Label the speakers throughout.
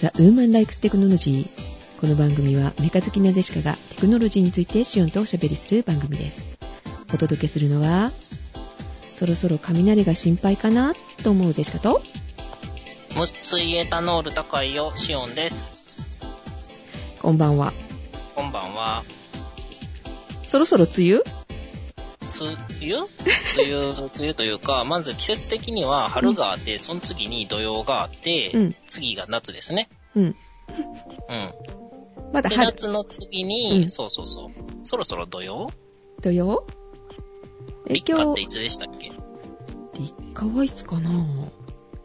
Speaker 1: ザ・ウーマン・ライクス・テクノロジー。この番組はメカ好きなゼシカがテクノロジーについてシオンとおしゃべりする番組です。お届けするのは、そろそろ雷が心配かなと思うゼシカと、
Speaker 2: 無水エタノール高いよ、シオンです。
Speaker 1: こんばんは。
Speaker 2: こんばんは。
Speaker 1: そろそろ梅雨
Speaker 2: す、ゆ梅雨、梅雨というか、 まず季節的には春があって、その次に土曜があって、
Speaker 1: うん
Speaker 2: 次が夏ですね。
Speaker 1: うん。
Speaker 2: うん。
Speaker 1: まだ
Speaker 2: で、
Speaker 1: 春、
Speaker 2: 夏の次に、
Speaker 1: うん
Speaker 2: そうそうそう。そろそろ土曜
Speaker 1: 土曜え、
Speaker 2: 立夏
Speaker 1: 今
Speaker 2: ってい
Speaker 1: 日、
Speaker 2: つでしたっけ
Speaker 1: 立夏はいつかな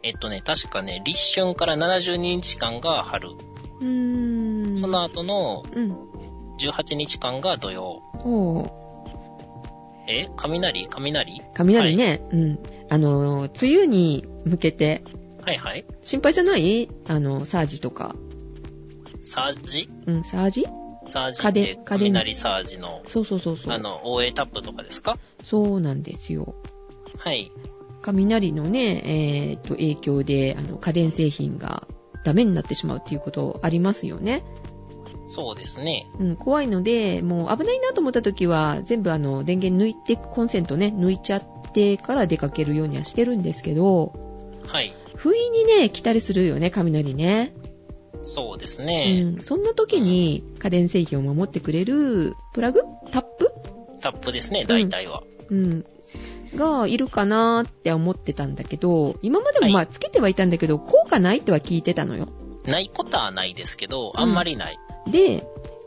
Speaker 2: えっとね、確かね、立春から72日間が春。
Speaker 1: うーん。
Speaker 2: その後の
Speaker 1: うん。
Speaker 2: 18日間が土曜。
Speaker 1: おー。
Speaker 2: え雷雷
Speaker 1: 雷ね、うん。あの、梅雨に向けて、
Speaker 2: はいはい。
Speaker 1: 心配じゃないあの、サージとか。
Speaker 2: サージ
Speaker 1: うん、サージ
Speaker 2: サージ
Speaker 1: 家
Speaker 2: って
Speaker 1: 電家電
Speaker 2: 雷サージの
Speaker 1: そうそうそうそ
Speaker 2: あ
Speaker 1: う。
Speaker 2: の、OA タップとかですか
Speaker 1: そうなんですよ。
Speaker 2: はい。
Speaker 1: 雷のね、えーっと、影響で、あの、家電製品がダメになってしまうっていうことありますよね。
Speaker 2: そうですね。
Speaker 1: うん、怖いので、もう危ないなと思った時は、全部あの、電源抜いて、コンセントね、抜いちゃってから出かけるようにはしてるんですけど、
Speaker 2: はい。
Speaker 1: 不意にね、来たりするよね、雷ね。
Speaker 2: そうです
Speaker 1: う
Speaker 2: ね。
Speaker 1: ん、そんな時に家電製品を守ってくれるプラグタップ、
Speaker 2: タップですね、大体は。
Speaker 1: うん、がいるかなーって思ってたんだけど、今までもまあつけてはいたんだけど、効果ないとは聞いてたのよ。
Speaker 2: ないことはないですけ
Speaker 1: ん
Speaker 2: ど、あんまりない。
Speaker 1: で、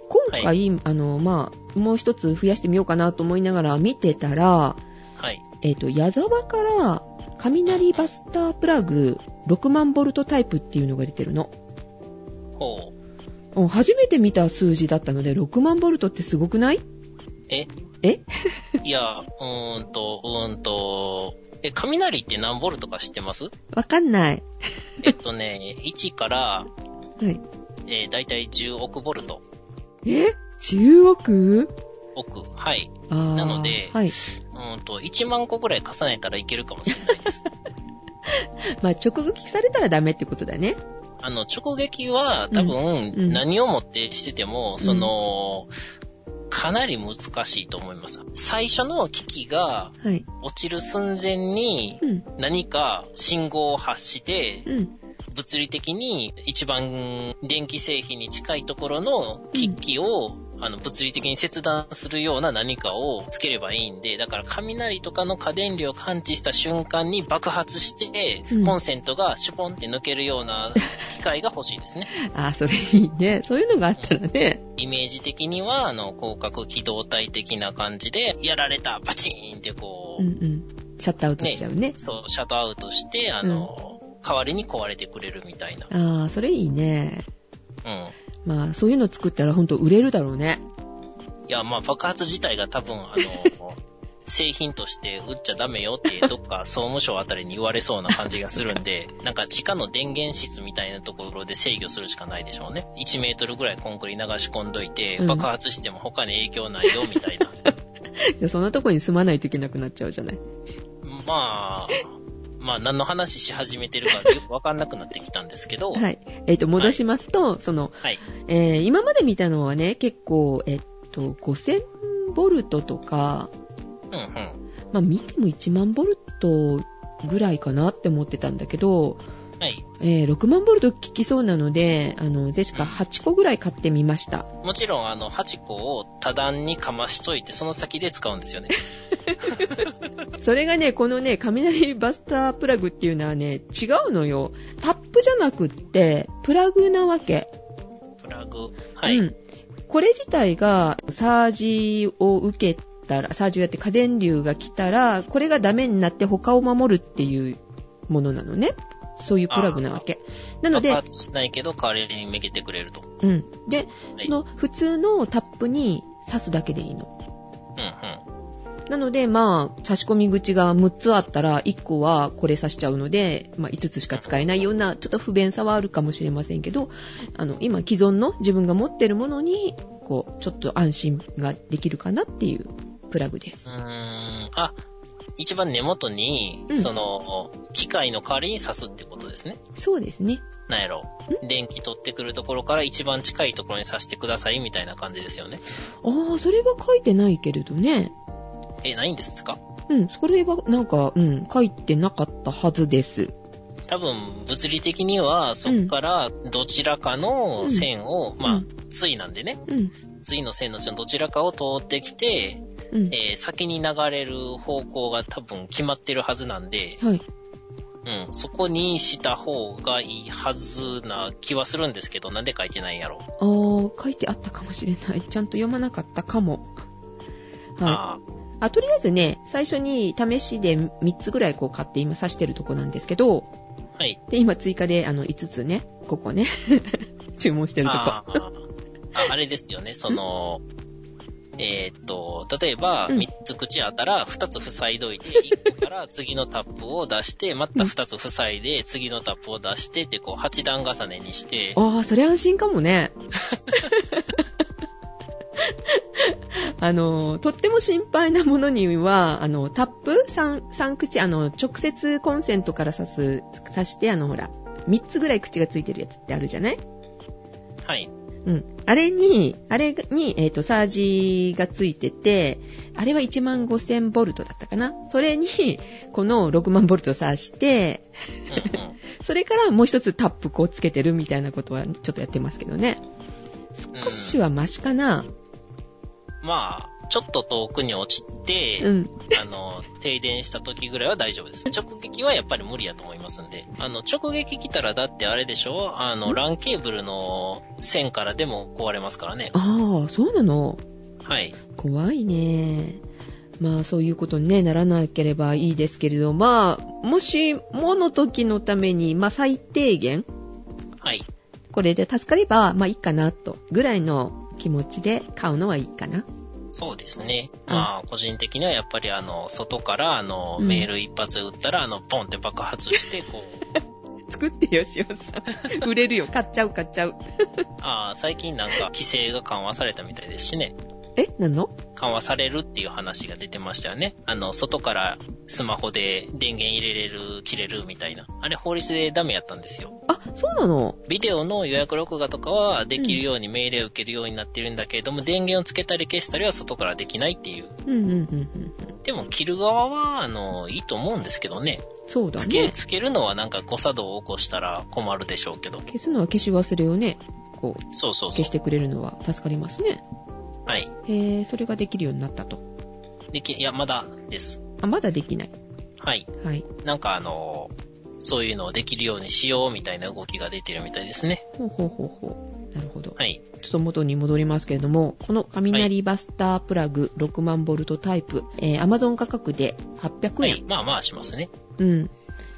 Speaker 1: 今回、
Speaker 2: は
Speaker 1: あの、まあ、もう一つ増やしてみようかなと思いながら見てたら、
Speaker 2: はい。
Speaker 1: えっ、と、矢沢から雷バスタープラグ6万ボルトタイプっていうのが出てるの。
Speaker 2: ほう。
Speaker 1: うん初めて見た数字だったので、6万ボルトってすごくない
Speaker 2: え
Speaker 1: え
Speaker 2: いや、うーんと、うーんと、え、雷って何ボルトか知ってます
Speaker 1: わかんない。
Speaker 2: えっ とね、1から、
Speaker 1: はい。
Speaker 2: えー、大体10億ボルト。
Speaker 1: え ?10 億
Speaker 2: 億。はい。
Speaker 1: あー
Speaker 2: なので
Speaker 1: はい。
Speaker 2: うーんと、1万個ぐらい重ねたらいけるかもしれないです。
Speaker 1: まあ、直撃されたらダメってことだね。
Speaker 2: あの、直撃は多
Speaker 1: うん
Speaker 2: 分何をもってしてても、
Speaker 1: ん
Speaker 2: その、かなり難しいと思います。最初の機器が
Speaker 1: はい。
Speaker 2: 落ちる寸前に
Speaker 1: うん。
Speaker 2: 何か信号を発して、
Speaker 1: うん。
Speaker 2: 物理的に一番電気製品に近いところの機器を、あの物理的に切断するような何かをつければいいんで、だから雷とかの過電流を感知した瞬間に爆発して、
Speaker 1: うん
Speaker 2: コンセントがシュポンって抜けるような機械が欲しいですね。
Speaker 1: あー、それいいね。そういうのがあったらね。
Speaker 2: イメージ的には、あの、広角機動体的な感じで、やられた、パチーンってこ
Speaker 1: う
Speaker 2: う、
Speaker 1: んうん。シャットアウトしちゃうね。
Speaker 2: そう、シャットアウトして、あの、代わりに壊れてくれるみたいな。
Speaker 1: ああ、それいいね。
Speaker 2: うん。
Speaker 1: まあ、そういうの作ったらほんと売れるだろうね。
Speaker 2: いや、まあ、爆発自体が多分、あの、製品として売っちゃダメよって、どっか総務省あたりに言われそうな感じがするんで、 なんか地下の電源室みたいなところで制御するしかないでしょうね。1メートルぐらいコンクリ流し込んどいて
Speaker 1: うん、
Speaker 2: 爆発しても他に影響ないよ、みたいな。
Speaker 1: じゃあ、そんなとこに住まないといけなくなっちゃうじゃない。
Speaker 2: まあ、まあ何の話し始めてるかよくわかんなくなってきたんですけど、
Speaker 1: はい。えっ、と、戻しますと、その、
Speaker 2: はい。
Speaker 1: えー今まで見たのはね、結構、えっ、と、5000ボルトとか、
Speaker 2: うんうん。
Speaker 1: まあ、見ても1万ボルトぐらいかなって思ってたんだけど、
Speaker 2: はい。
Speaker 1: えー6万ボルト効きそうなので、あの、ジェシカ8個ぐらい買ってみました。
Speaker 2: もちろん、あの、8個を多段にかましといて、その先で使うんですよね。
Speaker 1: それがね、このね、雷バスタープラグっていうのはね、違うのよ。タップじゃなくって、プラグなわけ。
Speaker 2: プラグ。はい。
Speaker 1: うん。これ自体が、サージを受けたら、サージをやって家電流が来たら、これがダメになって他を守るっていうものなのね。そういうプラグなわけ。なの
Speaker 2: 爆
Speaker 1: で、
Speaker 2: 発しないけど、代わりにめげてくれると。
Speaker 1: うん。で、
Speaker 2: はい。
Speaker 1: その普通のタップに刺すだけでいいの。
Speaker 2: うんうん。
Speaker 1: なので、まあ、差し込み口が6つあったら、1個はこれ差しちゃうので、まあ、5つしか使えないような、ちょっと不便さはあるかもしれませんけど、あの、今、既存の自分が持ってるものに、こう、ちょっと安心ができるかなっていうプラグです。
Speaker 2: うーん。あ、一番根元に、
Speaker 1: うん
Speaker 2: その、機械の代わりに刺すってことですね。
Speaker 1: そうですね。
Speaker 2: なんやろ。電気取ってくるところから一番近いところに刺してくださいみたいな感じですよね。
Speaker 1: ああ、それは書いてないけれどね。
Speaker 2: え、ないんですか
Speaker 1: うん、それはなんか、うん、書いてなかったはずです。
Speaker 2: 多分、物理的には、そこからどちらかの線を、ま
Speaker 1: う
Speaker 2: あ
Speaker 1: ん、
Speaker 2: 対なんでね、
Speaker 1: うん、
Speaker 2: 対の線のうちのどちらかを通ってきて、
Speaker 1: うん。
Speaker 2: えー先に流れる方向が多分決まってるはずなんで、
Speaker 1: はい。
Speaker 2: うん、そこにした方がいいはずな気はするんですけど、なんで書いてないんやろう。
Speaker 1: ああ、書いてあったかもしれない。ちゃんと読まなかったかも。はい。
Speaker 2: あ
Speaker 1: あ、とりあえずね、最初に試しで3つぐらいこう買って今刺してるとこなんですけど、
Speaker 2: あ、はい。
Speaker 1: で、今追加であの5つね、ここね、 注文してるとこ。
Speaker 2: あーあ、あれですよね、その、えーっと、例えば、
Speaker 1: うん
Speaker 2: 3つ口あったら、2つ塞いどいて、1個から次のタップを出して、また2つ塞いで、次のタップを出してって、こう、8段重ねにして、
Speaker 1: ああ、それ安心かもね。 あの、とっても心配なものには、あの、タップ3、三口、あの、直接コンセントから刺す、刺して、あの、ほら、3つぐらい口がついてるやつってあるじゃない
Speaker 2: はい。
Speaker 1: うん。あれに、あれに、えっ、と、サージがついてて、あれは1万5000ボルトだったかなそれに、この6万ボルト刺して、
Speaker 2: うんうん
Speaker 1: それからもう一つタップこうつけてるみたいなことはちょっとやってますけどね。少しはマシかな。
Speaker 2: まあ、ちょっと遠くに落ちて、
Speaker 1: うん。
Speaker 2: あの、停電した時ぐらいは大丈夫です。直撃はやっぱり無理やと思いますんで。あの、直撃来たらだってあれでしょあの、LAN ケーブルの線からでも壊れますからね。
Speaker 1: ああ、そうなの。
Speaker 2: はい。
Speaker 1: 怖いね。まあそういうことにねならなければいいですけれど、まあ、もしもの時のために、まあ最低限、
Speaker 2: はい。
Speaker 1: これで助かれば、まあいいかなと、ぐらいの気持ちで買うのはいいかな。
Speaker 2: そうですね。まあ、個人的にはやっぱりあの、外からあの、
Speaker 1: うん
Speaker 2: メール一発打ったら、あの、ポンって爆発して、こう、
Speaker 1: 作ってよ、しおさ ん。売れるよ、買っちゃう、買っちゃう。
Speaker 2: ああ、最近なんか規制が緩和されたみたいですしね。
Speaker 1: え、なの
Speaker 2: 緩和されるっていう話が出てましたよね。あの、外からスマホで電源入れれる、切れるみたいな。あれ法律でダメやったんですよ。
Speaker 1: あ、そうなの。
Speaker 2: ビデオの予約録画とかはできるように命令を受けるようになってるんだけれども、電源をつけたり消したりは外からできないっていう。
Speaker 1: うんうんうんうん。
Speaker 2: でも、切る側は、あの、いいと思うんですけどね。
Speaker 1: そうだ
Speaker 2: つけ、
Speaker 1: ね。
Speaker 2: つけるのはなんか誤作動を起こしたら困るでしょうけど。
Speaker 1: 消すのは消し忘れをね、こう、
Speaker 2: そうそうそ
Speaker 1: 消
Speaker 2: う
Speaker 1: し。てくれるのは助かりますね。
Speaker 2: はい。
Speaker 1: へえ、それができるようになったと。
Speaker 2: でき、いや、まだです。
Speaker 1: あ、まだできない。
Speaker 2: はい。
Speaker 1: はい。
Speaker 2: なんかあの、そういうのをできるようにしようみたいな動きが出てるみたいですね。
Speaker 1: ほうほうほうほう。なるほど。
Speaker 2: はい。
Speaker 1: ちょっと元に戻りますけれども、この雷バスタープラグ6万ボルトタイプ、えー Amazon 価格で800
Speaker 2: は
Speaker 1: 円。
Speaker 2: い。まあまあしますね。
Speaker 1: うん。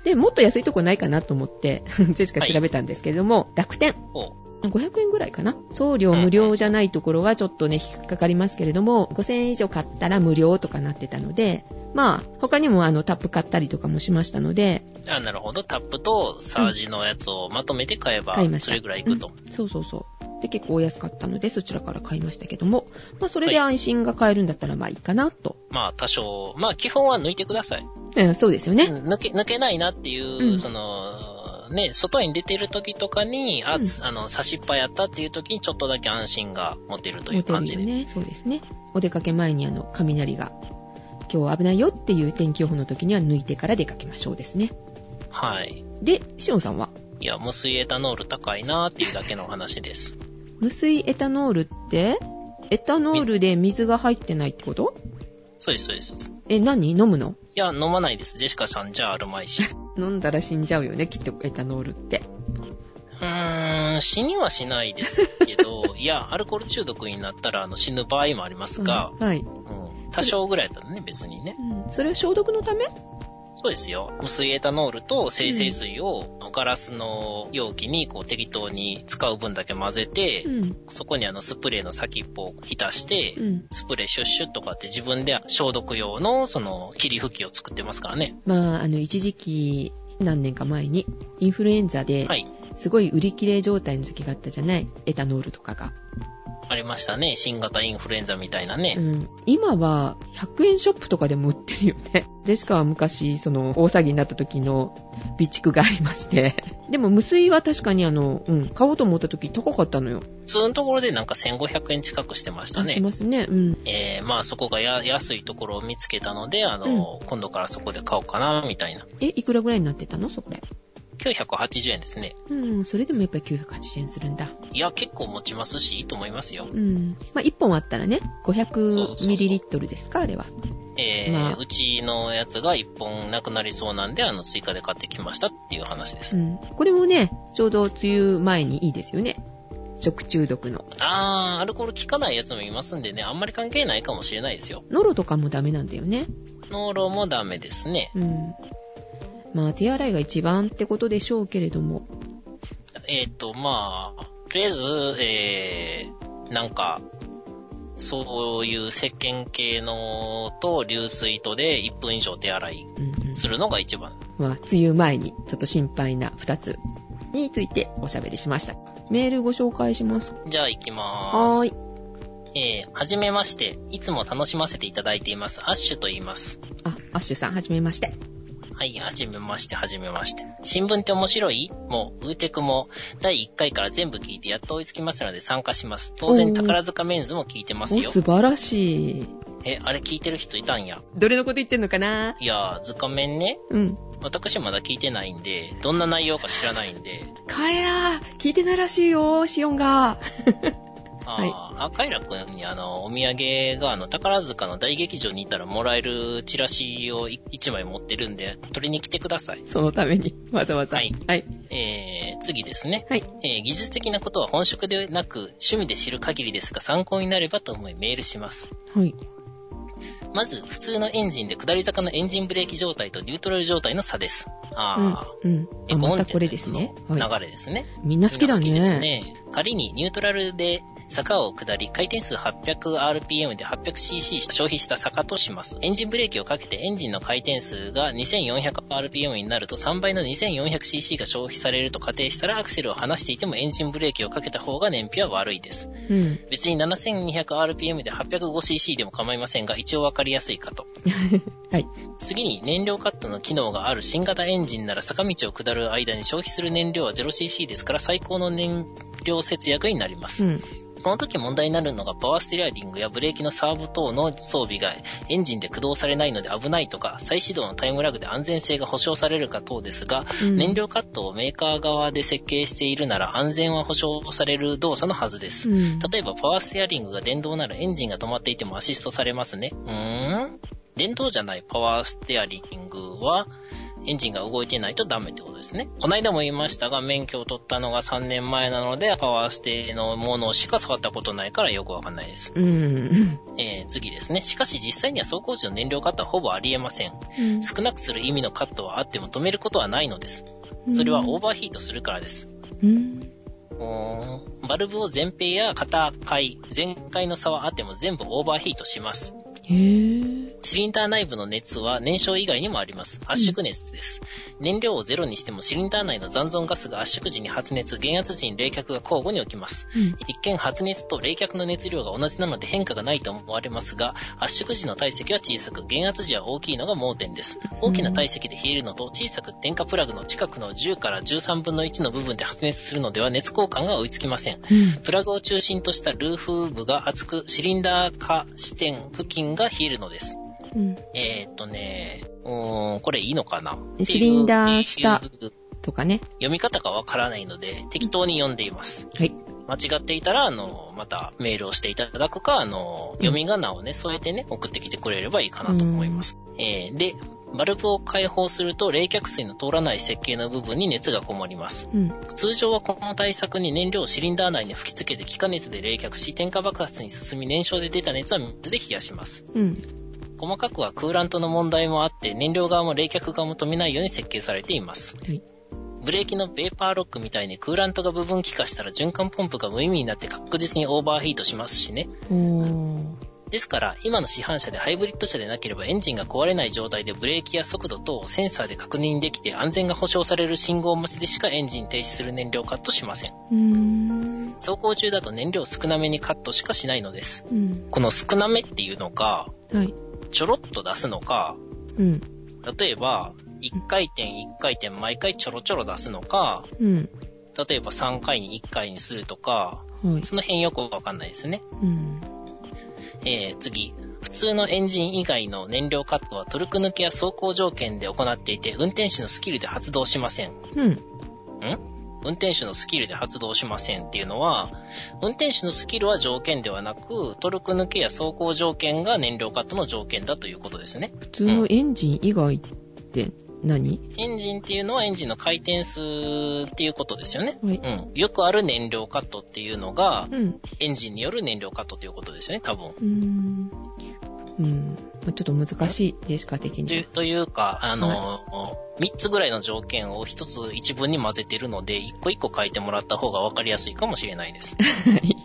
Speaker 1: で、もっと安いとこないかなと思って、 ジェシカ調べたんですけれども、楽天。
Speaker 2: ほ
Speaker 1: 500円ぐらいかな送料無料じゃないところはちょっとね、引っかかりますけれども、5000円以上買ったら無料とかなってたので、まあ、他にもあの、タップ買ったりとかもしましたので、
Speaker 2: う。あ、なるほど。タップとサージのやつをまとめて買えば
Speaker 1: 買いま、した
Speaker 2: それぐらいいくと。
Speaker 1: そうそうそう。で、結構お安かったので、そちらから買いましたけども、まあ、それで安心が買えるんだったらまあいいかなと。
Speaker 2: まあ多少、まあ基本は抜いてください。
Speaker 1: うん、そうですよね。
Speaker 2: 抜け、抜けないなってい
Speaker 1: う
Speaker 2: う、
Speaker 1: ん
Speaker 2: その、ね、外に出てる時とかに、あ、
Speaker 1: うん
Speaker 2: つあの、差しっぱやったっていう時にちょっとだけ安心が持てるとい
Speaker 1: 持
Speaker 2: う
Speaker 1: て
Speaker 2: 感
Speaker 1: る
Speaker 2: じ
Speaker 1: よ
Speaker 2: で。
Speaker 1: ね。そうですね。お出かけ前にあの、雷が、今日は危ないよっていう天気予報の時には抜いてから出かけましょうですね。
Speaker 2: はい。
Speaker 1: で、シオンさんはい
Speaker 2: や、無水エタノール高いなっていうだけの話です。
Speaker 1: 無水エタノールってエタノールで水が入ってないってこと
Speaker 2: そうです、そうです。
Speaker 1: え、何飲むの
Speaker 2: いや、飲まないです。ジェシカさんじゃあるまい し。
Speaker 1: 飲んだら死んじゃうよね、きっとエタノールって。
Speaker 2: うーん、死にはしないですけど、いや、アルコール中毒になったらあの死ぬ場合もありますが、
Speaker 1: うんはい、
Speaker 2: うん、多少ぐらいだったらね、別にね。
Speaker 1: うんそれは消毒のため
Speaker 2: そうですよ。無水エタノールと生成水をガラスの容器にこう適当に使う分だけ混ぜて、
Speaker 1: ん。
Speaker 2: そこにあのスプレーの先っぽを浸して、
Speaker 1: うん。
Speaker 2: スプレーシュッシュッとかって自分で消毒用のその霧吹きを作ってますからね。
Speaker 1: まあ、あの、一時期、何年か前に、インフルエンザで
Speaker 2: は、い。
Speaker 1: すごい売り切れ状態の時があったじゃないエタノールとかが。
Speaker 2: ありましたね。新型インフルエンザみたいな
Speaker 1: う
Speaker 2: ね。
Speaker 1: ん、今は100円ショップとかでも売ってるよね。 ジェシカは昔、その、大騒ぎになった時の備蓄がありまして。 でも無水は確かにあの、うん、買おうと思った時高かったのよ。
Speaker 2: 普通のところでなんか1500円近くしてました
Speaker 1: し
Speaker 2: ね。
Speaker 1: ますね。うん。
Speaker 2: えー、まあそこがや安いところを見つけたので、あの、今度からそこで買おうかな、みたいな。
Speaker 1: え、いくらぐらいになってたのそれ。
Speaker 2: 980円ですね。
Speaker 1: うん、それでもやっぱり980円するんだ。
Speaker 2: いや、結構持ちますし、いいと思いますよ。
Speaker 1: うん。まあ、1本あったらね、
Speaker 2: そうそうそう
Speaker 1: 500ml ですかあれは。
Speaker 2: えー
Speaker 1: まあ
Speaker 2: うちのやつが1本なくなりそうなんで、あの、追加で買ってきましたっていう話で
Speaker 1: う
Speaker 2: す。
Speaker 1: ん。これもね、ちょうど梅雨前にいいですよね。食中毒の。
Speaker 2: あー、アルコール効かないやつもいますんでね、あんまり関係ないかもしれないですよ。
Speaker 1: ノロとかもダメなんだよね。
Speaker 2: ノーロもダメですね。
Speaker 1: うん。まあ、手洗いが一番ってことでしょうけれども。
Speaker 2: えっ、と、まあ、とりあえず、えー、なんか、そういう石鹸系のと流水とで1分以上手洗い
Speaker 1: うんうん。
Speaker 2: するのが一番。
Speaker 1: まあ、梅雨前にちょっと心配な2つについておしゃべりしました。メールご紹介します。
Speaker 2: じゃあ行きまーす。
Speaker 1: はーい。
Speaker 2: えー、はじめまして。いつも楽しませていただいています。アッシュと言います。
Speaker 1: あ、アッシュさん、はじめまして。
Speaker 2: はい、はじめまして、はじめまして。新聞って面白いもう、ウーテクも、第1回から全部聞いてやっと追いつきましたので参加します。当
Speaker 1: お
Speaker 2: 然、
Speaker 1: ー
Speaker 2: 宝塚メンズも聞いてま
Speaker 1: お、
Speaker 2: すよ。
Speaker 1: 素晴らしい。
Speaker 2: え、あれ聞いてる人いたんや。
Speaker 1: どれのこと言ってんのかない
Speaker 2: やー、図鑑面ね。
Speaker 1: うん。
Speaker 2: 私まだ聞いてないんで、どんな内容か知らないんで、
Speaker 1: カエラ、聞いてないらしいよ、シオンが。
Speaker 2: あー、あカイラ君にあの、お土産があの、宝塚の大劇場に行ったらもらえるチラシを1枚持ってるんで、取りに来てください。
Speaker 1: そのために、わざわざ。
Speaker 2: はい。
Speaker 1: はい。
Speaker 2: えー、次ですね。
Speaker 1: はい。
Speaker 2: えー、技術的なことは本職でなく、趣味で知る限りですが、参考になればと思いメールします。
Speaker 1: はい。
Speaker 2: まず、普通のエンジンで下り坂のエンジンブレーキ状態とニュートラル状態の差です。あ
Speaker 1: う
Speaker 2: ー。
Speaker 1: ん。うん。あ、
Speaker 2: エコ
Speaker 1: ま
Speaker 2: 運
Speaker 1: た
Speaker 2: 転
Speaker 1: これですね。
Speaker 2: の
Speaker 1: は
Speaker 2: 流れですね。
Speaker 1: い。みんな好きだ
Speaker 2: みんな好きで
Speaker 1: ね。
Speaker 2: すね。仮にニュートラルで坂を下り、回転数 800rpm で 800cc 消費した坂とします。エンジンブレーキをかけてエンジンの回転数が 2400rpm になると3倍の 2400cc が消費されると仮定したらアクセルを離していてもエンジンブレーキをかけた方が燃費は悪いです。
Speaker 1: うん。
Speaker 2: 別に 7200rpm で 805cc でも構いませんが一応わかりやすいかと。
Speaker 1: はい。
Speaker 2: 次に燃料カットの機能がある新型エンジンなら坂道を下る間に消費する燃料は 0cc ですから最高の燃料節約になりま
Speaker 1: う
Speaker 2: す。
Speaker 1: ん。
Speaker 2: この時問題になるのがパワーステアリングやブレーキのサーブ等の装備がエンジンで駆動されないので危ないとか再始動のタイムラグで安全性が保証されるか等ですが、
Speaker 1: うん
Speaker 2: 燃料カットをメーカー側で設計しているなら安全は保証される動作のはずです。
Speaker 1: うん。
Speaker 2: 例えばパワーステアリングが電動ならエンジンが止まっていてもアシストされますね。うーん電動じゃないパワーステアリングはエンジンが動いてないとダメってことですね。こないだも言いましたが免許を取ったのが3年前なのでパワーステのものしか触ったことないからよくわかんないです。
Speaker 1: うん。
Speaker 2: えー、次ですね。しかし実際には走行時の燃料カットはほぼありえません。
Speaker 1: うん
Speaker 2: 少なくする意味のカットはあっても止めることはないのです。それはオーバーヒートするからです。
Speaker 1: うん。
Speaker 2: おーバルブを前閉や片開、全開の差はあっても全部オーバーヒートします。
Speaker 1: へぇ
Speaker 2: シリンダー内部の熱は燃焼以外にもあります。圧縮熱です。燃料をゼロにしてもシリンダー内の残存ガスが圧縮時に発熱、減圧時に冷却が交互に起きます。一見発熱と冷却の熱量が同じなので変化がないと思われますが、圧縮時の体積は小さく、減圧時は大きいのが盲点です。大きな体積で冷えるのと、小さく電化プラグの近くの10から13分の1の部分で発熱するのでは熱交換が追いつきません。プラグを中心としたルーフ部が厚く、シリンダー下支点付近が冷えるのです。
Speaker 1: うん。
Speaker 2: えー、っとね、うーん、これいいのかな
Speaker 1: シリンダー下
Speaker 2: っていう
Speaker 1: とかね。
Speaker 2: 読み方がわからないので、適当に読んでいます。
Speaker 1: はい。
Speaker 2: 間違っていたら、あの、またメールをしていただくか、あの、読み仮名をね、添えてね、送ってきてくれればいいかなと思います。えーで、バルブを開放すると冷却水の通らない設計の部分に熱がこもります。
Speaker 1: うん。
Speaker 2: 通常はこの対策に燃料をシリンダー内に吹き付けて気化熱で冷却し、点火爆発に進み燃焼で出た熱は水で冷やします。
Speaker 1: うん。
Speaker 2: 細かくはクーラントの問題もあって、燃料側も冷却側も止めないように設計されています。
Speaker 1: はい。
Speaker 2: ブレーキのベーパーロックみたいにクーラントが部分気化したら循環ポンプが無意味になって確実にオーバーヒートしますしね。
Speaker 1: おー。
Speaker 2: ですから、今の市販車でハイブリッド車でなければエンジンが壊れない状態でブレーキや速度等をセンサーで確認できて安全が保証される信号待ちでしかエンジン停止する燃料カットしません。
Speaker 1: うーん。
Speaker 2: 走行中だと燃料少なめにカットしかしないのです。
Speaker 1: うん。
Speaker 2: この少なめっていうのか、
Speaker 1: はい。
Speaker 2: ちょろっと出すのか、
Speaker 1: うん。
Speaker 2: 例えば、1回転1回転毎回ちょろちょろ出すのか、
Speaker 1: うん。
Speaker 2: 例えば3回に1回にするとか、
Speaker 1: はい。
Speaker 2: その辺よくわかんないですね。
Speaker 1: うん。
Speaker 2: えー、次。普通のエンジン以外の燃料カットはトルク抜きや走行条件で行っていて、運転手のスキルで発動しません。
Speaker 1: うん。
Speaker 2: 運転手のスキルで発動しませんっていうのは、運転手のスキルは条件ではなく、トルク抜けや走行条件が燃料カットの条件だということですね。
Speaker 1: 普通のエンジン以外って何、
Speaker 2: エンジンっていうのはエンジンの回転数っていうことですよね。
Speaker 1: はい。
Speaker 2: うん。よくある燃料カットっていうのが、
Speaker 1: うん。
Speaker 2: エンジンによる燃料カットということですよね、多分。
Speaker 1: うーん。うん。まあちょっと難しいですか、的
Speaker 2: という
Speaker 1: に。
Speaker 2: というか、あの、3つぐらいの条件を1つ1文に混ぜてるので、1個1個書いてもらった方が分かりやすいかもしれないです。
Speaker 1: はい。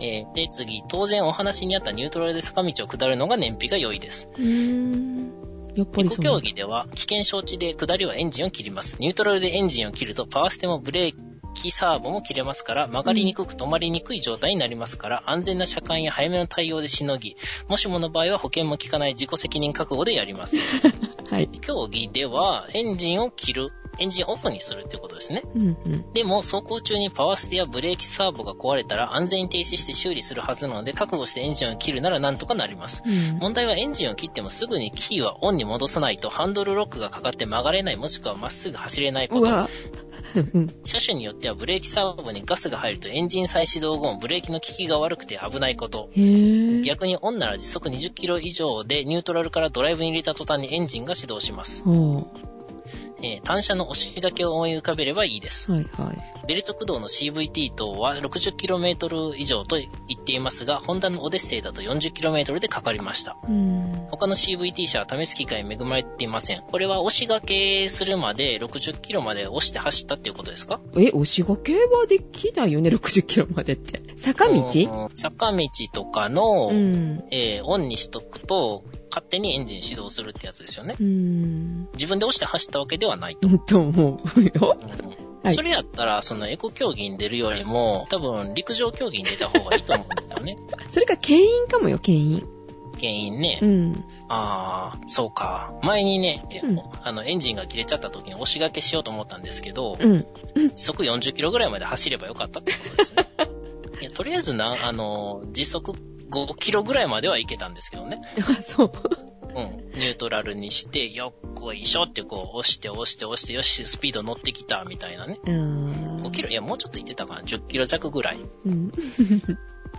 Speaker 2: えーで、次、当然お話にあったニュートラルで坂道を下るのが燃費が良いです。
Speaker 1: うーん。やっぱり
Speaker 2: 陸
Speaker 1: そう
Speaker 2: 競
Speaker 1: なんだ。
Speaker 2: 技では危険承知で下りはエンジンを切ります。ニュートラルでエンジンを切るとパワーステもブレーキサーボも切れますから曲がりにくく止まりにくい状態になりますから安全な車間や早めの対応でしのぎ、もしもの場合は保険も効かない自己責任覚悟でやります。
Speaker 1: はい。
Speaker 2: 競技ではエンジンを切る、エンジンオフにするっていうことですね。
Speaker 1: うんうん。
Speaker 2: でも、走行中にパワーステやブレーキサーボが壊れたら安全に停止して修理するはずなので、覚悟してエンジンを切るならなんとかなります。
Speaker 1: うん
Speaker 2: 問題はエンジンを切ってもすぐにキーはオンに戻さないとハンドルロックがかかって曲がれないもしくはまっすぐ走れないうこと。
Speaker 1: わ。うん。
Speaker 2: 車種によってはブレーキサーボにガスが入るとエンジン再始動後もブレーキの効きが悪くて危ないこと。
Speaker 1: へぇー。
Speaker 2: 逆にオンなら時速20キロ以上でニュートラルからドライブに入れた途端にエンジンが始動します。
Speaker 1: ほ
Speaker 2: えー単車の押し掛けを思い浮かべればいいです。
Speaker 1: う。はいはい。
Speaker 2: ベルト駆動の CVT 等は 60km 以上と言っていますが、ホンダのオデッセイだと 40km でかかりました。
Speaker 1: うん。
Speaker 2: 他の CVT 車は試す機会に恵まれていません。これは押し掛けするまで 60km まで押して走ったっていうことですか
Speaker 1: え、押し掛けはできないよね、60キロまでって。坂道
Speaker 2: うん坂道とかの、
Speaker 1: うん。
Speaker 2: えーオンにしとくと、勝手にエンジン始動するってやつですよね。
Speaker 1: うん。
Speaker 2: 自分で押して走ったわけではないと。
Speaker 1: と思うよ。
Speaker 2: うん
Speaker 1: はい
Speaker 2: それやったら、そのエコ競技に出るよりも、多分陸上競技に出た方がいいと思うんです よね。
Speaker 1: それか、牽引かもよ、牽引。
Speaker 2: 原因ね。
Speaker 1: うん。
Speaker 2: ああ、そうか。前にね、
Speaker 1: うん
Speaker 2: あの、エンジンが切れちゃった時に押し掛けしようと思ったんですけど、
Speaker 1: うん。
Speaker 2: 時速40キロぐらいまで走ればよかったってことで すね。いや、とりあえずな、あの、時速5キロぐらいまではいけたんですけどね。
Speaker 1: あ、そう。
Speaker 2: うん。ニュートラルにして、よっこいしょってこう、押して押して押して、よし、スピード乗ってきた、みたいなね。
Speaker 1: うん
Speaker 2: 5キロ、いや、もうちょっといってたかな。10キロ弱ぐらい。
Speaker 1: うん。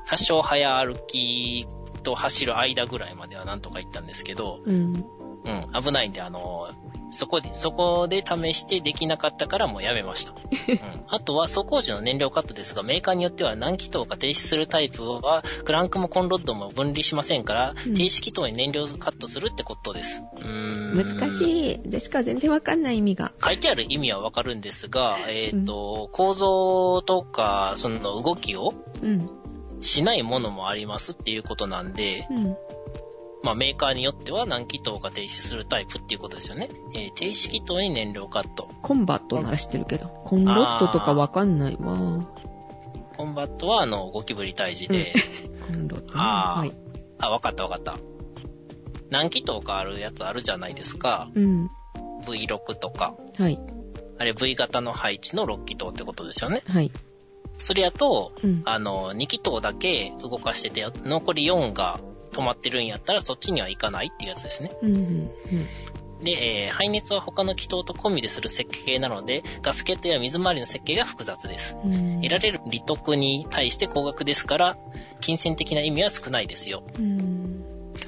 Speaker 2: 多少早歩きと走る間ぐらいまではなんとか行ったんですけど、
Speaker 1: うん。
Speaker 2: うん、危ないんで、あの、そこで、そこで試してできなかったからもうやめ ました。うん、あとは走行時の燃料カットですが、メーカーによっては何気筒か停止するタイプは、クランクもコンロッドも分離しませんから、
Speaker 1: うん
Speaker 2: 停止気筒に燃料カットするってことです。うーん
Speaker 1: 難しい。でしか全然わかんない意味が。
Speaker 2: 書いてある意味はわかるんですが、えっ、と、構造とか、その動きを
Speaker 1: うん。
Speaker 2: しないものもありますっていうことなんで、
Speaker 1: うん。
Speaker 2: まあ、メーカーによっては何気筒が停止するタイプっていうことですよね。えー停止気筒に燃料カット。
Speaker 1: コンバットなら知ってるけど。コンロットとかわかんないわ。
Speaker 2: コンバットは、あの、ゴキブリ退治で、
Speaker 1: コンロットね。
Speaker 2: あー
Speaker 1: はい。
Speaker 2: あ、わかったわかった。何気筒かあるやつあるじゃないですか。
Speaker 1: うん。
Speaker 2: V6 とか。
Speaker 1: はい。
Speaker 2: あれ V 型の配置の6気筒ってことですよね。
Speaker 1: はい。
Speaker 2: それやと、
Speaker 1: うん。
Speaker 2: あの、2気筒だけ動かしてて、残り4が止まってるんやったらそっちには行かないっていうやつですね。
Speaker 1: うん。うん。
Speaker 2: で、えー排熱は他の気筒と込みでする設計なので、ガスケットや水回りの設計が複雑です。
Speaker 1: うん。
Speaker 2: 得られる利得に対して高額ですから、金銭的な意味は少ないですよ。
Speaker 1: うん。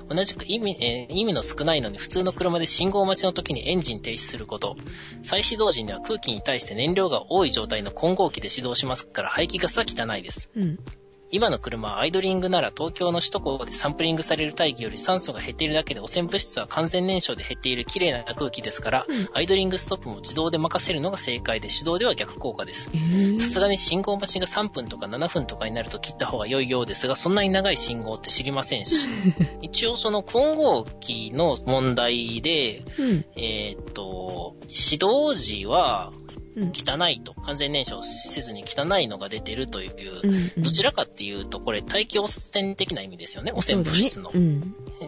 Speaker 2: 同じく意味,、えー意味の少ないのに普通の車で信号待ちの時にエンジン停止すること。再始動時には空気に対して燃料が多い状態の混合機で始動しますから排気ガスは汚いです。
Speaker 1: うん。
Speaker 2: 今の車はアイドリングなら東京の首都高でサンプリングされる大気より酸素が減っているだけで汚染物質は完全燃焼で減っている綺麗な空気ですから
Speaker 1: うん、
Speaker 2: アイドリングストップも自動で任せるのが正解で手動では逆効果です。
Speaker 1: えー
Speaker 2: さすがに信号待ちが3分とか7分とかになると切った方が良いようですが、そんなに長い信号って知りませ んし。一応その混合機の問題で、
Speaker 1: うん。
Speaker 2: えーっと、指導時は、
Speaker 1: うん。
Speaker 2: 汚いと、完全燃焼せずに汚いのが出てるという、
Speaker 1: うんうん
Speaker 2: どちらかっていうと、これ、大気汚染的な意味ですよね、汚染物質
Speaker 1: そ。
Speaker 2: の
Speaker 1: うだね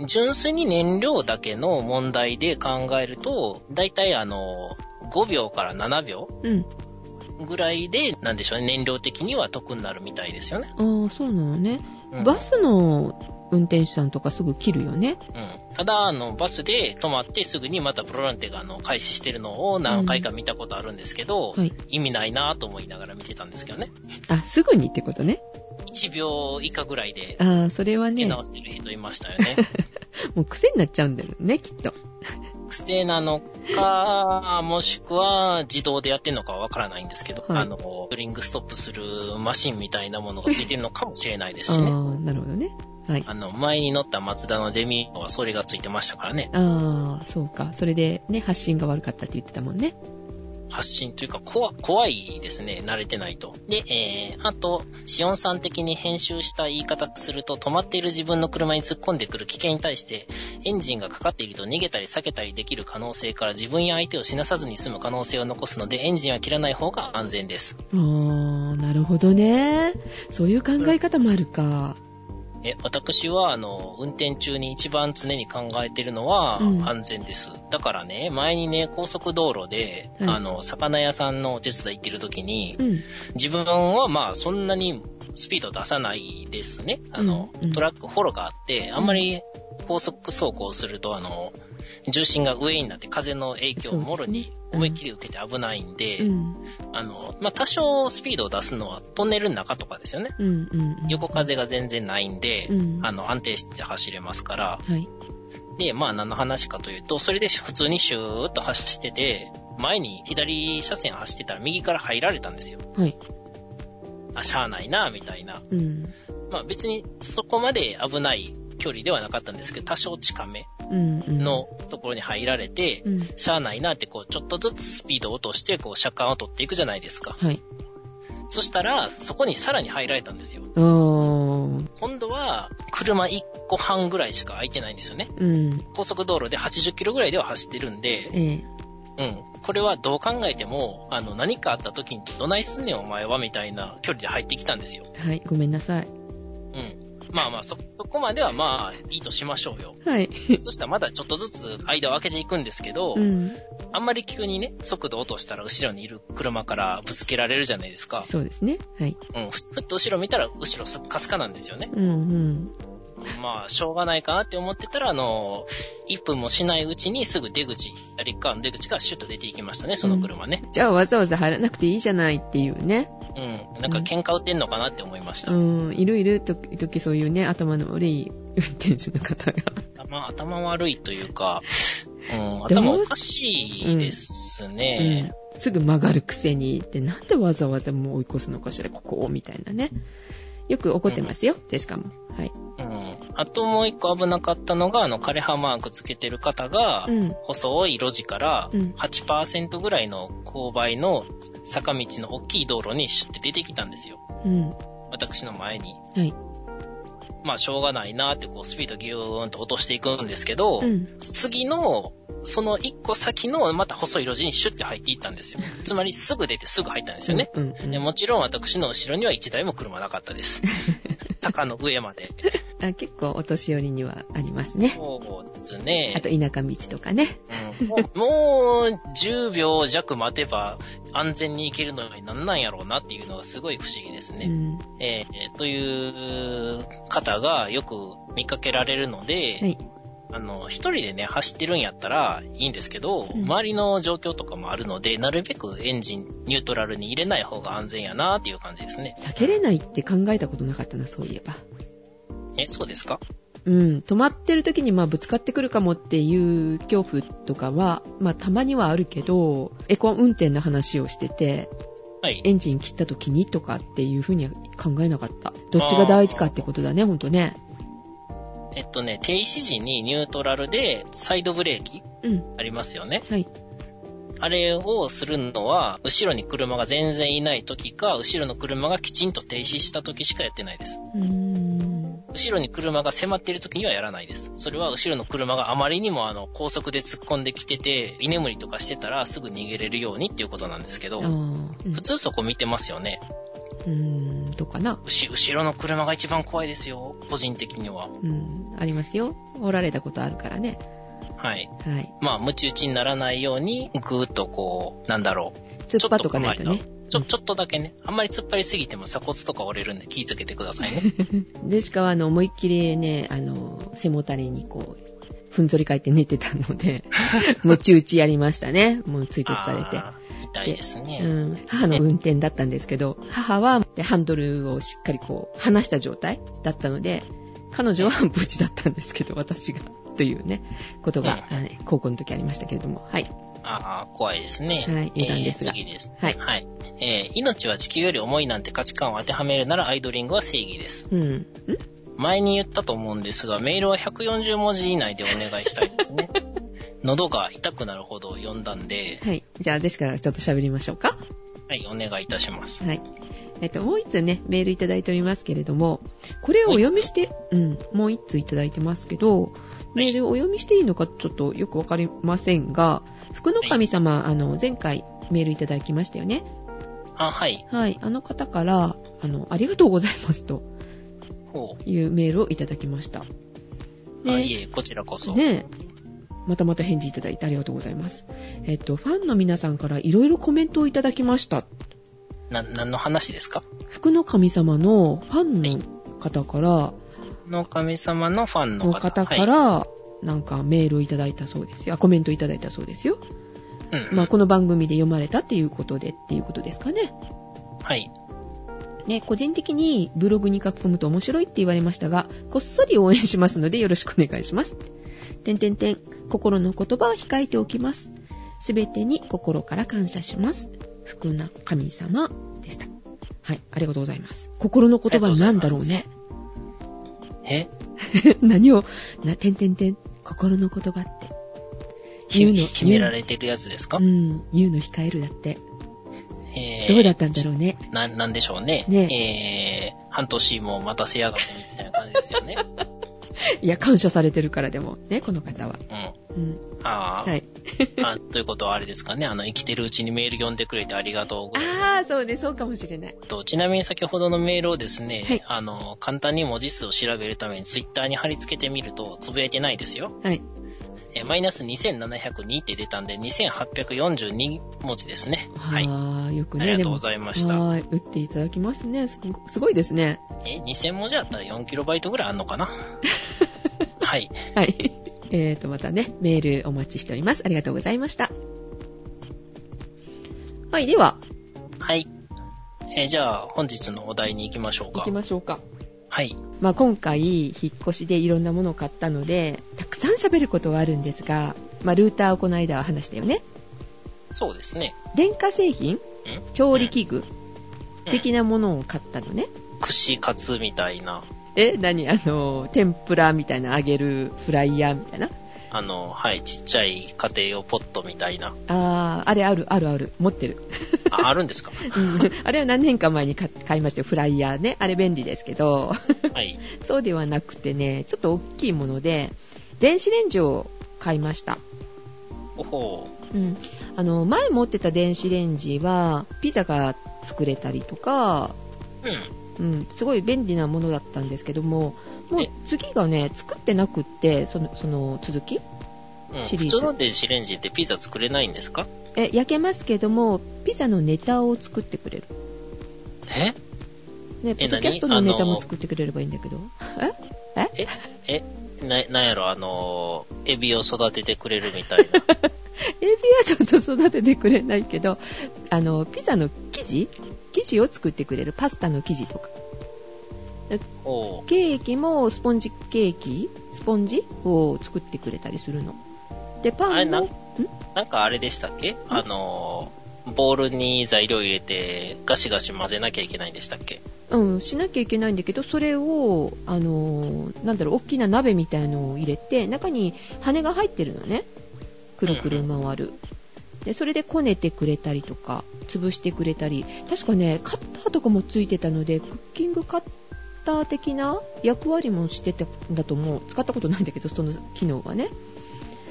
Speaker 2: 純粋に燃料だけの問題で考えると、だいたいあの、5秒から7秒
Speaker 1: うん。うん。
Speaker 2: ぐらいで、なんでしょうね、燃料的には得になるみたいですよね。
Speaker 1: ああ、そうなのね。
Speaker 2: うん
Speaker 1: バスの運転手さんとかすぐ切るよね。
Speaker 2: うん、ただ、あの、バスで止まってすぐにまたボランティアがあの開始してるのを何回か見たことあるんですけど、
Speaker 1: はい。
Speaker 2: 意味ないなぁと思いながら見てたんですけどね。
Speaker 1: あ、すぐにってことね。
Speaker 2: 1秒以下ぐらいで
Speaker 1: ああ、それは
Speaker 2: 付け
Speaker 1: ね、
Speaker 2: 直してる人いましたよね。
Speaker 1: もう癖になっちゃうんだよね、きっと。
Speaker 2: 癖なのか、もしくは自動でやってるのかわからないんですけど、
Speaker 1: はい
Speaker 2: あの、ドリングストップするマシンみたいなものがついてるのかもしれないです
Speaker 1: あ
Speaker 2: しね。
Speaker 1: あ、なるほどね。はい。
Speaker 2: あの、前に乗ったマツダのデミオはそれがついてましたからね。
Speaker 1: ああ、そうか。それでね、発信が悪かったって言ってたもんね。
Speaker 2: 発信というか怖、怖いですね。慣れてないと。で、えー、あと、シオンさん的に編集した言い方すると、止まっている自分の車に突っ込んでくる危険に対して、エンジンがかかっていると逃げたり避けたりできる可能性から自分や相手を死なさずに済む可能性を残すので、エンジンは切らない方が安全です。
Speaker 1: ああ、なるほどね。そういう考え方もあるか。
Speaker 2: え、私は、あの、運転中に一番常に考えてるのは
Speaker 1: うん
Speaker 2: 安全です。だからね、前にね、高速道路で、
Speaker 1: はい
Speaker 2: あの、魚屋さんのお手伝い行ってる時に
Speaker 1: う、ん。
Speaker 2: 自分はまあそんなにスピード出さないですね。あの
Speaker 1: うんうん、
Speaker 2: トラックフォローがあって、あんまり高速走行すると、あの、重心が上になって風の影響をもろに
Speaker 1: そうですねうん
Speaker 2: 思いっきり受けて危ないんで、
Speaker 1: うん。
Speaker 2: あの、まあ多少スピードを出すのはトンネルの中とかですよね。
Speaker 1: うん。うん。
Speaker 2: 横風が全然ないんで、
Speaker 1: うん
Speaker 2: あの、安定して走れますから。
Speaker 1: はい。
Speaker 2: で、まあ何の話かというと、それで普通にシューッと走ってて、前に左車線走ってたら右から入られたんですよ。
Speaker 1: はい。
Speaker 2: あ、しゃあないな、みたいな。
Speaker 1: うん。
Speaker 2: まあ別にそこまで危ない距離ではなかったんですけど、多少近め
Speaker 1: うん。うん。
Speaker 2: のところに入られて
Speaker 1: う、ん。
Speaker 2: しゃあないなってこう、ちょっとずつスピードを落として、こう、車間を取っていくじゃないですか。
Speaker 1: はい。
Speaker 2: そしたら、そこにさらに入られたんですよ。
Speaker 1: あー。
Speaker 2: 今度は、車1個半ぐらいしか空いてないんですよね。
Speaker 1: うん。
Speaker 2: 高速道路で80キロぐらいでは走ってるんで、
Speaker 1: ええ。
Speaker 2: うん。これはどう考えても、あの、何かあった時に、どないすんねんお前は、みたいな距離で入ってきたんですよ。
Speaker 1: はい。ごめんなさい。
Speaker 2: うん。まあまあ、そ、そこまではまあ、いいとしましょうよ。
Speaker 1: はい。
Speaker 2: そしたらまだちょっとずつ間を空けていくんですけど、
Speaker 1: うん。
Speaker 2: あんまり急にね、速度落としたら後ろにいる車からぶつけられるじゃないですか。
Speaker 1: そうですね。はい。
Speaker 2: うん、ふふっと後ろ見たら後ろすっかすかなんですよね。
Speaker 1: うん。
Speaker 2: まあ、しょうがないかなって思ってたら、あの、1分もしないうちにすぐ出口、左側の出口からシュッと出ていきましたね、その車ね
Speaker 1: う。ん。じゃあわざわざ入らなくていいじゃないっていうね。
Speaker 2: うん。なんか喧嘩売ってんのかなって思いました。
Speaker 1: うん。いるいる時々そういうね、頭の悪い運転手の方が。
Speaker 2: 頭頭悪いというか、うん、
Speaker 1: どうす
Speaker 2: 頭おかしいですね。
Speaker 1: うんすぐ曲がるくせにってなんでわざわざもう追い越すのかしらここをみたいなねよく怒ってますよ、ジェシカもはい
Speaker 2: うん。あともう一個危なかったのが、あの、枯葉マークつけてる方が、
Speaker 1: うん
Speaker 2: 細い路地から
Speaker 1: うん
Speaker 2: 8%ぐらいの勾配の坂道の大きい道路にシュッて出てきたんですよ。
Speaker 1: うんは
Speaker 2: 私の前に。
Speaker 1: い
Speaker 2: まあ、しょうがないなって、こう、スピードギューンと落としていくんですけど、
Speaker 1: うん
Speaker 2: 次の、その一個先のまた細い路地にシュッて入っていったんですよ。つまり、すぐ出てすぐ入ったんですよね。
Speaker 1: うんうん
Speaker 2: でもちろん私の後ろには一台も車なかったです。 坂の上まで。
Speaker 1: あ結構お年寄りにはありますね
Speaker 2: そうです
Speaker 1: あ
Speaker 2: ね。
Speaker 1: と田舎道とかね
Speaker 2: うんもうもう10秒弱待てば安全に行けるのになんなんやろうなっていうのがすごい不思議です
Speaker 1: う
Speaker 2: ね。
Speaker 1: ん
Speaker 2: えーという方がよく見かけられるので、
Speaker 1: はい
Speaker 2: あの、一人でね、走ってるんやったらいいんですけど、
Speaker 1: うん
Speaker 2: 周りの状況とかもあるので、なるべくエンジンニュートラルに入れない方が安全やなっていう感じですね。
Speaker 1: 避けれないって考えたことなかったなそういえば
Speaker 2: え、そうですか
Speaker 1: うん止まってる時にまあぶつかってくるかもっていう恐怖とかはまあたまにはあるけどエコ運転の話をしてて
Speaker 2: はい。
Speaker 1: エンジン切った時にとかっていうふうには考えなかった。どっちが大事かってことだね、ほんとね。
Speaker 2: えっとね、停止時にニュートラルでサイドブレーキ
Speaker 1: うん。
Speaker 2: ありますよね。
Speaker 1: はい。
Speaker 2: あれをするのは、後ろに車が全然いない時か、後ろの車がきちんと停止した時しかやってないです。
Speaker 1: うーん。
Speaker 2: 後ろに車が迫っている時にはやらないです。それは後ろの車があまりにもあの、高速で突っ込んできてて、居眠りとかしてたらすぐ逃げれるようにっていうことなんですけど、
Speaker 1: うん
Speaker 2: 普通そこ見てますよね。
Speaker 1: うん、どうかな。
Speaker 2: うし後ろの車が一番怖いですよ。個人的には。
Speaker 1: うん、ありますよ。おられたことあるからね。
Speaker 2: はい。
Speaker 1: はい。
Speaker 2: まあ、ムチ打ちにならないように、ぐーっとこう、なんだろう。
Speaker 1: 突っ張っとかないとね。
Speaker 2: ちょ、ちょっとだけね。あんまり突っ張りすぎても鎖骨とか折れるんで気ぃつけてください ね。
Speaker 1: でしかはあの思いっきりねあの背もたれにこうふんぞり返って寝てたの でむち打ちやりましたねもう追突されて。
Speaker 2: あー痛いですね。
Speaker 1: うん、母の運転だったんですけど、母はでハンドルをしっかりこう離した状態だったので、彼女は無事だったんですけど、私が、というね、ことが、
Speaker 2: うん
Speaker 1: あの高校の時ありましたけれども、はい。
Speaker 2: ああ、怖いですね。
Speaker 1: はい余談ですが
Speaker 2: えー次です。
Speaker 1: はい
Speaker 2: はい。えー命は地球より重いなんて価値観を当てはめるならアイドリングは正義です。
Speaker 1: うん。ん
Speaker 2: 前に言ったと思うんですが、メールは140文字以内でお願いしたいで すね。喉が痛くなるほど読んだんで、
Speaker 1: はい。じゃあ、でしからちょっと喋りましょうか。
Speaker 2: はい、お願いいたします。
Speaker 1: はい。えっと、もう一通ね、メールいただいておりますけれども、これをお読みして、うん、もう一通いただいてますけど、メールをお読みしていいのかちょっとよくわかりませんが、福の神様、あの、前回メールいただきましたよね。
Speaker 2: あ、はい。
Speaker 1: はい、あの方から、あの、ありがとうございますと
Speaker 2: ほ
Speaker 1: いうメールをいただきました。
Speaker 2: う。あ、いえ、こちらこそ。
Speaker 1: ねえまたまた返事いただいてありがとうございます。えっと、ファンの皆さんからいろいろコメントをいただきました。
Speaker 2: な、何の話ですか
Speaker 1: 福の神様のファンの方から、
Speaker 2: の神様のファンの
Speaker 1: の
Speaker 2: 方。
Speaker 1: 方か
Speaker 2: はい、
Speaker 1: ら、なんかメールをいただいたそうですよ。あコメントいただいたそうですよ。
Speaker 2: うん。
Speaker 1: まあ、この番組で読まれたっていうことでっていうことですかね。
Speaker 2: はい。
Speaker 1: ね、個人的にブログに書き込むと面白いって言われましたが、こっそり応援しますのでよろしくお願いします。てんてんてん、心の言葉は控えておきます。すべてに心から感謝します。福な神様でした。はい、ありがとうございます。心の言葉は何だろうね。
Speaker 2: え
Speaker 1: 何を、な、てんてんてん、心の言葉って。
Speaker 2: ひ
Speaker 1: 言うの
Speaker 2: 決められてるやつですか、
Speaker 1: うん、言うの控えるだって。
Speaker 2: えー
Speaker 1: どうだったんだろうね。
Speaker 2: な、なんでしょうね。えー、半年も待たせやがってみたいな感じですよ ね。
Speaker 1: いや、感謝されてるからでも、ね、この方は。
Speaker 2: うん。
Speaker 1: うん、
Speaker 2: あー、
Speaker 1: はい。
Speaker 2: あ。ということはあれですかね。あの、生きてるうちにメール読んでくれてありがとうございま
Speaker 1: ああ、そうね、そうかもしれない。
Speaker 2: すと。ちなみに先ほどのメールをですね、
Speaker 1: はい
Speaker 2: あの、簡単に文字数を調べるためにツイッターに貼り付けてみると、つぶやいてないですよ。
Speaker 1: はい。
Speaker 2: えーマイナス2702って出たんで、2842文字ですね。はい。あ
Speaker 1: ああ、よくね。
Speaker 2: りがとうございまし
Speaker 1: でも
Speaker 2: た。
Speaker 1: はーい。打っていただきますね。すごすごいですね。
Speaker 2: えー、2000文字あったら 4KB ぐらいあんの かなはい。
Speaker 1: はい。 えーと、またね、メールお待ちしております。ありがとうございました。はい、では、
Speaker 2: はい。えーじゃあ、本日のお題に行きましょう
Speaker 1: 行
Speaker 2: か
Speaker 1: き。ましょうか。
Speaker 2: はい。
Speaker 1: まあ、今回、引っ越しでいろんなものを買ったので、たくさん喋ることはあるんですが、まあ、ルーターをこの間は話したよね。
Speaker 2: そうですね。
Speaker 1: 電化製品
Speaker 2: ん
Speaker 1: 調理器具
Speaker 2: うん
Speaker 1: 的なものを買ったのね。
Speaker 2: 串カツみたいな、
Speaker 1: え、何あの、天ぷらみたいな、揚げるフライヤーみたいな。
Speaker 2: あの、はい、ちっちゃい家庭用ポットみたいな。
Speaker 1: あー、あれあるあるある。持ってる。
Speaker 2: あ、あるんですか
Speaker 1: うん あれは何年か前に買買いましたよ、フライヤーね。あれ便利ですけ ど、
Speaker 2: はい。
Speaker 1: そうではなくてね、ちょっと大きいもので、電子レンジを買いました。
Speaker 2: おほ
Speaker 1: うん。あの、前持ってた電子レンジは、ピザが作れたりとか、
Speaker 2: う。うん。
Speaker 1: うん、すごい便利なものだったんですけども、もう
Speaker 2: え
Speaker 1: 次がね、作ってなくって、その、その続き
Speaker 2: うん、
Speaker 1: シ
Speaker 2: 普
Speaker 1: リーズ
Speaker 2: 通の電子レンジってピザ作れないんですか
Speaker 1: え、焼けますけども、ピザのネタを作ってくれる。
Speaker 2: え
Speaker 1: ね、ポッドキャストのネタも作ってくれればいいんだけど。
Speaker 2: な、なんやろ、あのー、エビを育ててくれるみたい な。
Speaker 1: エビはちょっと育ててくれないけど、あの、ピザの生地生地を作ってくれる。パスタの生地とか。
Speaker 2: おう
Speaker 1: ケーキもスポンジケーキスポンジを作ってくれたりするの。で、
Speaker 2: あ
Speaker 1: パ
Speaker 2: れ
Speaker 1: ン
Speaker 2: な
Speaker 1: も、、
Speaker 2: なんかあれでしたっけあのー、ボールに材料入れて、ガシガシ混ぜなきゃいけないんでしたっけ
Speaker 1: うん、しなきゃいけないんだけど、それを、あのー、なんだろう、大きな鍋みたいのを入れて、中に羽が入ってるのね。くるくる回る。で、それでこねてくれたりとか、潰してくれたり。確かね、カッターとかもついてたので、クッキングカッター的な役割もしてたんだと思う使ったことないんだけどその機能はね、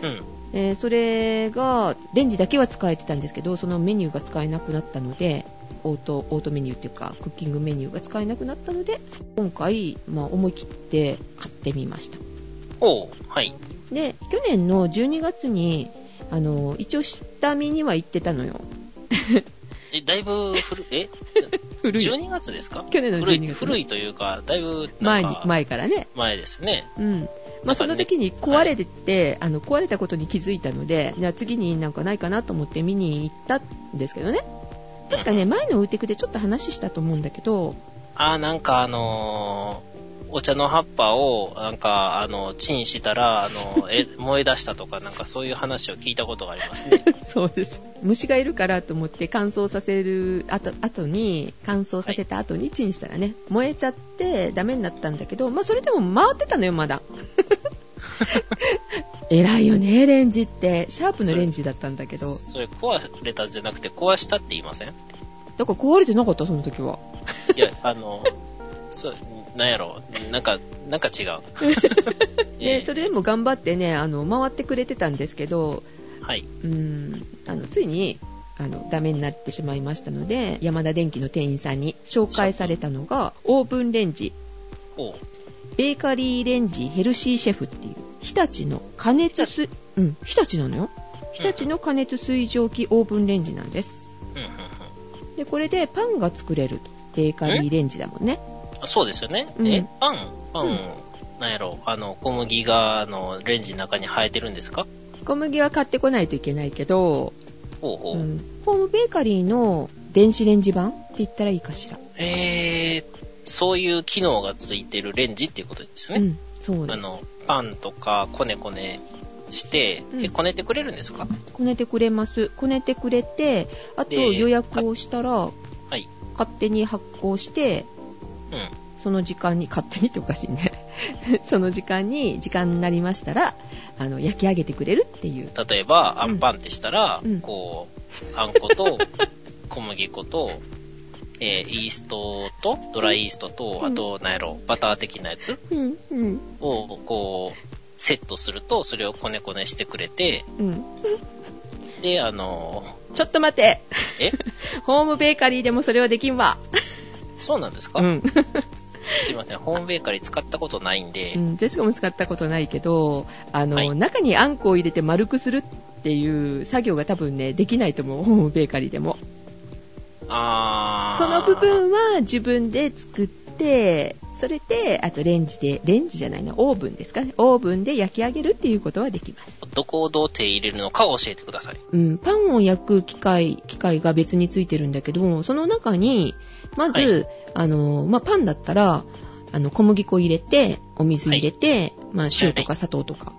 Speaker 2: うん。
Speaker 1: えーそれがレンジだけは使えてたんですけどそのメニューが使えなくなったのでオートオートメニューっていうかクッキングメニューが使えなくなったので今回、まあ、思い切って買ってみました
Speaker 2: おうはい。
Speaker 1: で去年の12月にあの一応下見には行ってたのよ
Speaker 2: え、だいぶ古、え
Speaker 1: 古いよ
Speaker 2: ?12 月ですか
Speaker 1: 去年の
Speaker 2: 古
Speaker 1: 12
Speaker 2: い
Speaker 1: 月
Speaker 2: 古いというか、だいぶな
Speaker 1: 前
Speaker 2: ん
Speaker 1: に
Speaker 2: か
Speaker 1: 前からね
Speaker 2: 前ですよね。
Speaker 1: うんまあ、その時に壊れてて、あの壊れたことに気づいたのでじゃあ次になんかないかなと思って見に行ったんですけどね確かね前のウーテクでちょっと話したと思うんだけど
Speaker 2: あー、なんかあのーお茶の葉っぱを、なんか、あの、チンしたら、あの、え、 燃え出したとか、なんかそういう話を聞いたことがありますね。
Speaker 1: そうです虫がいるからと思って乾燥させるあと後に乾燥させた後にチンしたらね、燃えちゃってダメになったんだけど、まあ、それでも回ってたのよまだ 偉いよねレンジってシャープのレンジだったんだけど
Speaker 2: それ壊れたんじゃなくて、壊したって言いません
Speaker 1: だから壊れてなかったその時はい
Speaker 2: や、あの、そう、なんやろ、なんか、なん か違う。
Speaker 1: で
Speaker 2: え
Speaker 1: それでも頑張ってねあの回ってくれてたんですけど
Speaker 2: はい。
Speaker 1: うんあのついにあのダメになってしまいましたので山田電機の店員さんに紹介されたのがオーブンレンジ
Speaker 2: おう
Speaker 1: ベーカリーレンジヘルシーシェフっていう日立の加熱すうん日立なのよ日立の加熱水蒸気オーブンレンジなんです
Speaker 2: うんうんうん
Speaker 1: でこれでパンが作れるとベーカリーレンジだもんね
Speaker 2: あそうですよね。
Speaker 1: うん
Speaker 2: え、パン、パン、
Speaker 1: うん
Speaker 2: なんやろ、あの、小麦が、あの、レンジの中に生えてるんですか
Speaker 1: 小麦は買ってこないといけないけど、
Speaker 2: おうお
Speaker 1: う
Speaker 2: う、
Speaker 1: ん、ホームベーカリーの電子レンジ版って言ったらいいかしら
Speaker 2: えー、そういう機能がついてるレンジっていうことですよ
Speaker 1: う
Speaker 2: ね。
Speaker 1: ん、そうで
Speaker 2: あ
Speaker 1: す。
Speaker 2: の、パンとか、こねこねして、
Speaker 1: うん
Speaker 2: えこねてくれるんですか
Speaker 1: こねてくれます。こねてくれて、あと
Speaker 2: で
Speaker 1: 予約をしたら、
Speaker 2: はい。
Speaker 1: 勝手に発行して、
Speaker 2: うん。
Speaker 1: その時間に、勝手にっておかしいね。 その時間に、時間になりましたら、あの、焼き上げてくれるっていう。
Speaker 2: 例えば、あんパンってしたら、
Speaker 1: うん
Speaker 2: こう、あんこと、 小麦粉と、えーイーストと、ドライイーストと、
Speaker 1: うん
Speaker 2: あと、なんやろ、バター的なやつ
Speaker 1: うん、うん、
Speaker 2: を、こう、セットすると、それをこねこねしてくれて、
Speaker 1: うん。
Speaker 2: で、あの、
Speaker 1: ちょっと待って
Speaker 2: え
Speaker 1: ホームベーカリーでもそれはできんわ。
Speaker 2: そうなんですか、
Speaker 1: うん。
Speaker 2: すいません、ホームベーカリー使ったことないんで、
Speaker 1: うん、ジェシカも使ったことないけど、あの、
Speaker 2: はい
Speaker 1: 中にあんこを入れて丸くするっていう作業が多分ね、できないと思う。ホームベーカリーでも。
Speaker 2: あー
Speaker 1: その部分は自分で作って、それで、あとレンジで、レンジじゃないな、オーブンですかね。オーブンで焼き上げるっていうことはできます。
Speaker 2: どこをどう手入れるのか教えてください。
Speaker 1: うん、パンを焼く機械、機械が別についてるんだけど、その中に、まず、
Speaker 2: は
Speaker 1: あの、まあ、パンだったら、あの、小麦粉入れて、お水入れて、まあ、塩とか砂糖とか、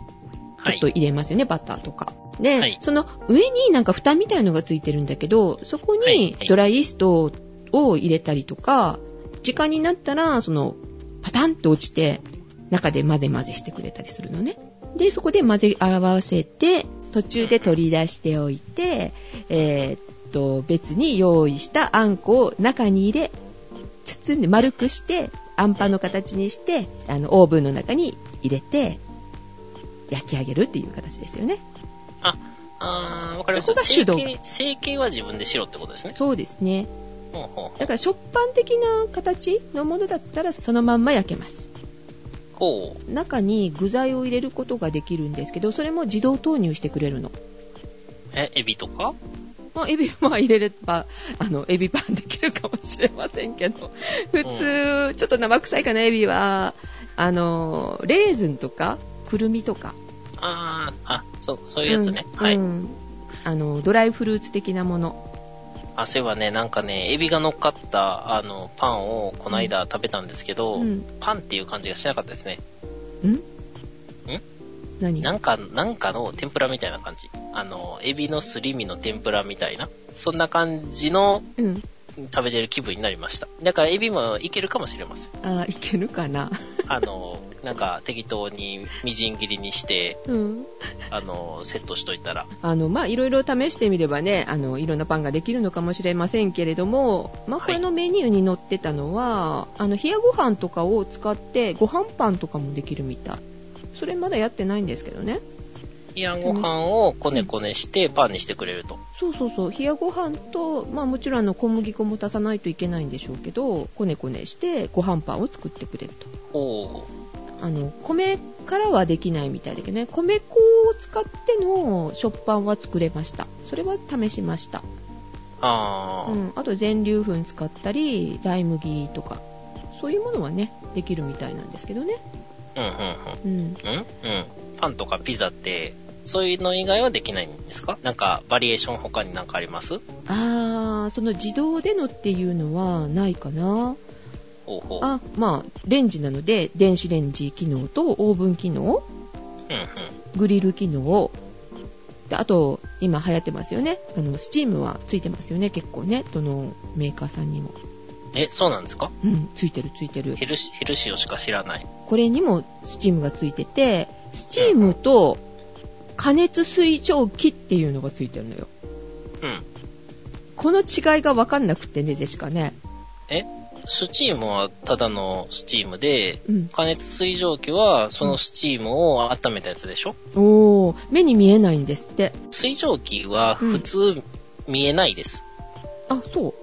Speaker 1: ち
Speaker 2: は
Speaker 1: ょっ
Speaker 2: い
Speaker 1: と。入れますよね、バターとか。で、
Speaker 2: はい
Speaker 1: その上になんか蓋みたいのがついてるんだけど、そこ
Speaker 2: はい
Speaker 1: に
Speaker 2: はい
Speaker 1: ドライイーストを入れたりとか、時間になったら、その、パタンと落ちて、中で混ぜ混ぜしてくれたりするのね。で、そこで混ぜ合わせて、途中で取り出しておいて、えーっと、別に用意したあんこを中に入れ、包んで丸くして、あんパンの形にして、あの、オーブンの中に入れて、焼き上げるっていう形ですよね。
Speaker 2: あー、わかりまし
Speaker 1: そこ
Speaker 2: た。
Speaker 1: が手動
Speaker 2: 成形成形は自分でしろってことですね。
Speaker 1: そうですね。
Speaker 2: ほうほうほう
Speaker 1: だから食パン的な形のものだったらそのまんま焼けます。
Speaker 2: ほ
Speaker 1: 中に具材を入れることができるんですけど、それも自動投入してくれるの。
Speaker 2: う。え、エビとか
Speaker 1: まあ、エビは入れれば、あの、エビパンできるかもしれませんけど、普通、ちょっと生臭いかな、エビは。あの、レーズンとか、くるみとか。
Speaker 2: あー、あ、そう、そういうやつね。
Speaker 1: うん
Speaker 2: はい、
Speaker 1: うんあの、ドライフルーツ的なもの。
Speaker 2: あ、そういえばね、なんかね、エビが乗っかった、あの、パンをこの間食べたんですけど、
Speaker 1: うん。
Speaker 2: パンっていう感じがしなかったですね。
Speaker 1: ん何
Speaker 2: なんか、なんかの天ぷらみたいな感じ。あの、エビのすり身の天ぷらみたいな。そんな感じの
Speaker 1: うん。
Speaker 2: 食べてる気分になりました。だからエビもいけるかもしれません。
Speaker 1: あーいけるかな
Speaker 2: あ の、なんか適当にみじん切りにして、
Speaker 1: うん
Speaker 2: あの、セットしといたら。
Speaker 1: あのまあいろいろ試してみればねあのいろんなパンができるのかもしれませんけれども、まあ、
Speaker 2: は
Speaker 1: こ
Speaker 2: い
Speaker 1: れのメニューに載ってたのは、あの冷やご飯とかを使ってご飯パンとかもできるみたいそれまだやってないんですけどね
Speaker 2: 冷やご飯をこねこねしてパンにしてくれると。
Speaker 1: そうそうそう冷やご飯と、まあ、もちろんあの小麦粉も足さないといけないんでしょうけどこねこねしてご飯パンを作ってくれると
Speaker 2: おー
Speaker 1: あの米からはできないみたいだけどね米粉を使っての食パンは作れましたそれは試しました
Speaker 2: あ
Speaker 1: う
Speaker 2: ー、
Speaker 1: ん、あと全粒粉使ったりライ麦とかそういうものはねできるみたいなんですけどね、
Speaker 2: うん、う
Speaker 1: う
Speaker 2: ん、
Speaker 1: ん、
Speaker 2: うん。うんうん。パンとかピザって、そういうの以外はできないんですかなんか、バリエーション他になんかあります
Speaker 1: あーその自動でのっていうのはないかな
Speaker 2: ほうほう。
Speaker 1: あまあレンジなので電子レンジ機能とオーブン機能
Speaker 2: うん、うん。
Speaker 1: グリル機能であと今流行ってますよねあのスチームはついてますよね結構ねどのメーカーさんにも
Speaker 2: え、そうなんですか
Speaker 1: うんついてるついてる
Speaker 2: ヘルシ、ヘルシオしか知らない。
Speaker 1: これにもスチームがついてて、スチームと加熱水蒸気っていうのがついてるのよ。
Speaker 2: うん。
Speaker 1: この違いが分かんなくってね、ジェシカね。
Speaker 2: スチームはただのスチームで、
Speaker 1: うん。
Speaker 2: 加熱水蒸気はそのスチームを温めたやつでしょ
Speaker 1: おー、目に見えないんですって。
Speaker 2: 水蒸気は普通見えないです。
Speaker 1: あ、そう。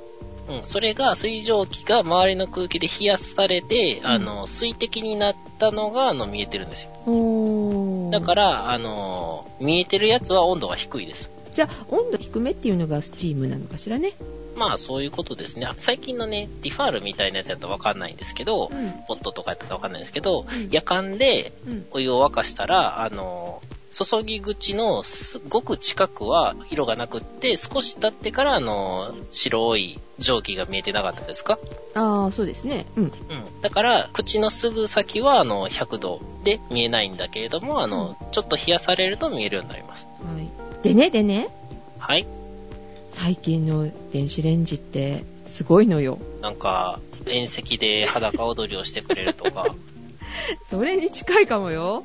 Speaker 2: うん、それが水蒸気が周りの空気で冷やされて、
Speaker 1: ん
Speaker 2: あの、水滴になったのが、あの、見えてるんですよ。
Speaker 1: おー。
Speaker 2: だから、あの、見えてるやつは温度が低いです。
Speaker 1: じゃあ、温度低めっていうのがスチームなのかしらね。
Speaker 2: まあ、そういうことですね。最近のね、ディファールみたいなやつだとわかんないんですけど、
Speaker 1: ん。
Speaker 2: ポットとかやったらわかんないんですけど、
Speaker 1: うん
Speaker 2: 夜間で
Speaker 1: うん。
Speaker 2: お湯を沸かしたら、あの、注ぎ口のすごく近くは色がなくって、少し経ってから、あの、白い蒸気が見えてなかったですか
Speaker 1: あー、そうですね。うん。
Speaker 2: うん。だから、口のすぐ先は、あの、100度で見えないんだけれども、あの、ちょっと冷やされると見えるようになります。
Speaker 1: はい。でね、でね、
Speaker 2: はい。
Speaker 1: 最近の電子レンジってすごいのよ。
Speaker 2: なんか、遠赤で裸踊りをしてくれる とか。
Speaker 1: それに近いかも よ。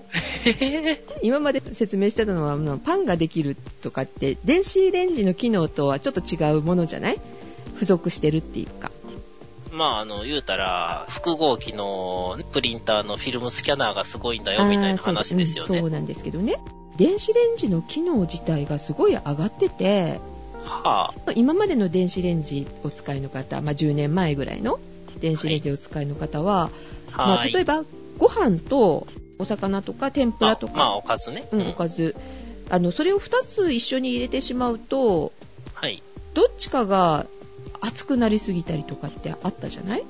Speaker 1: 今まで説明してたのはあのパンができるとかって電子レンジの機能とはちょっと違うものじゃない付属してるっていうか。
Speaker 2: まあ、あの、言うたら、複合機のプリンターのフィルムスキャナーがすごいんだよ、みたいな話ですよ
Speaker 1: あーそううんそ
Speaker 2: ね。
Speaker 1: うなんですけどね。電子レンジの機能自体がすごい上がってて、
Speaker 2: はあ。
Speaker 1: 今までの電子レンジお使いの方、まあ、10年前ぐらいの電子レンジお使いの方は、まあ、
Speaker 2: はい。
Speaker 1: 例えばご飯とお魚とか天ぷらとか、
Speaker 2: まあ、まあおかずね。
Speaker 1: うん、おかずあのそれを2つ一緒に入れてしまうと
Speaker 2: はい。
Speaker 1: どっちかが熱くなりすぎたりとかってあったじゃない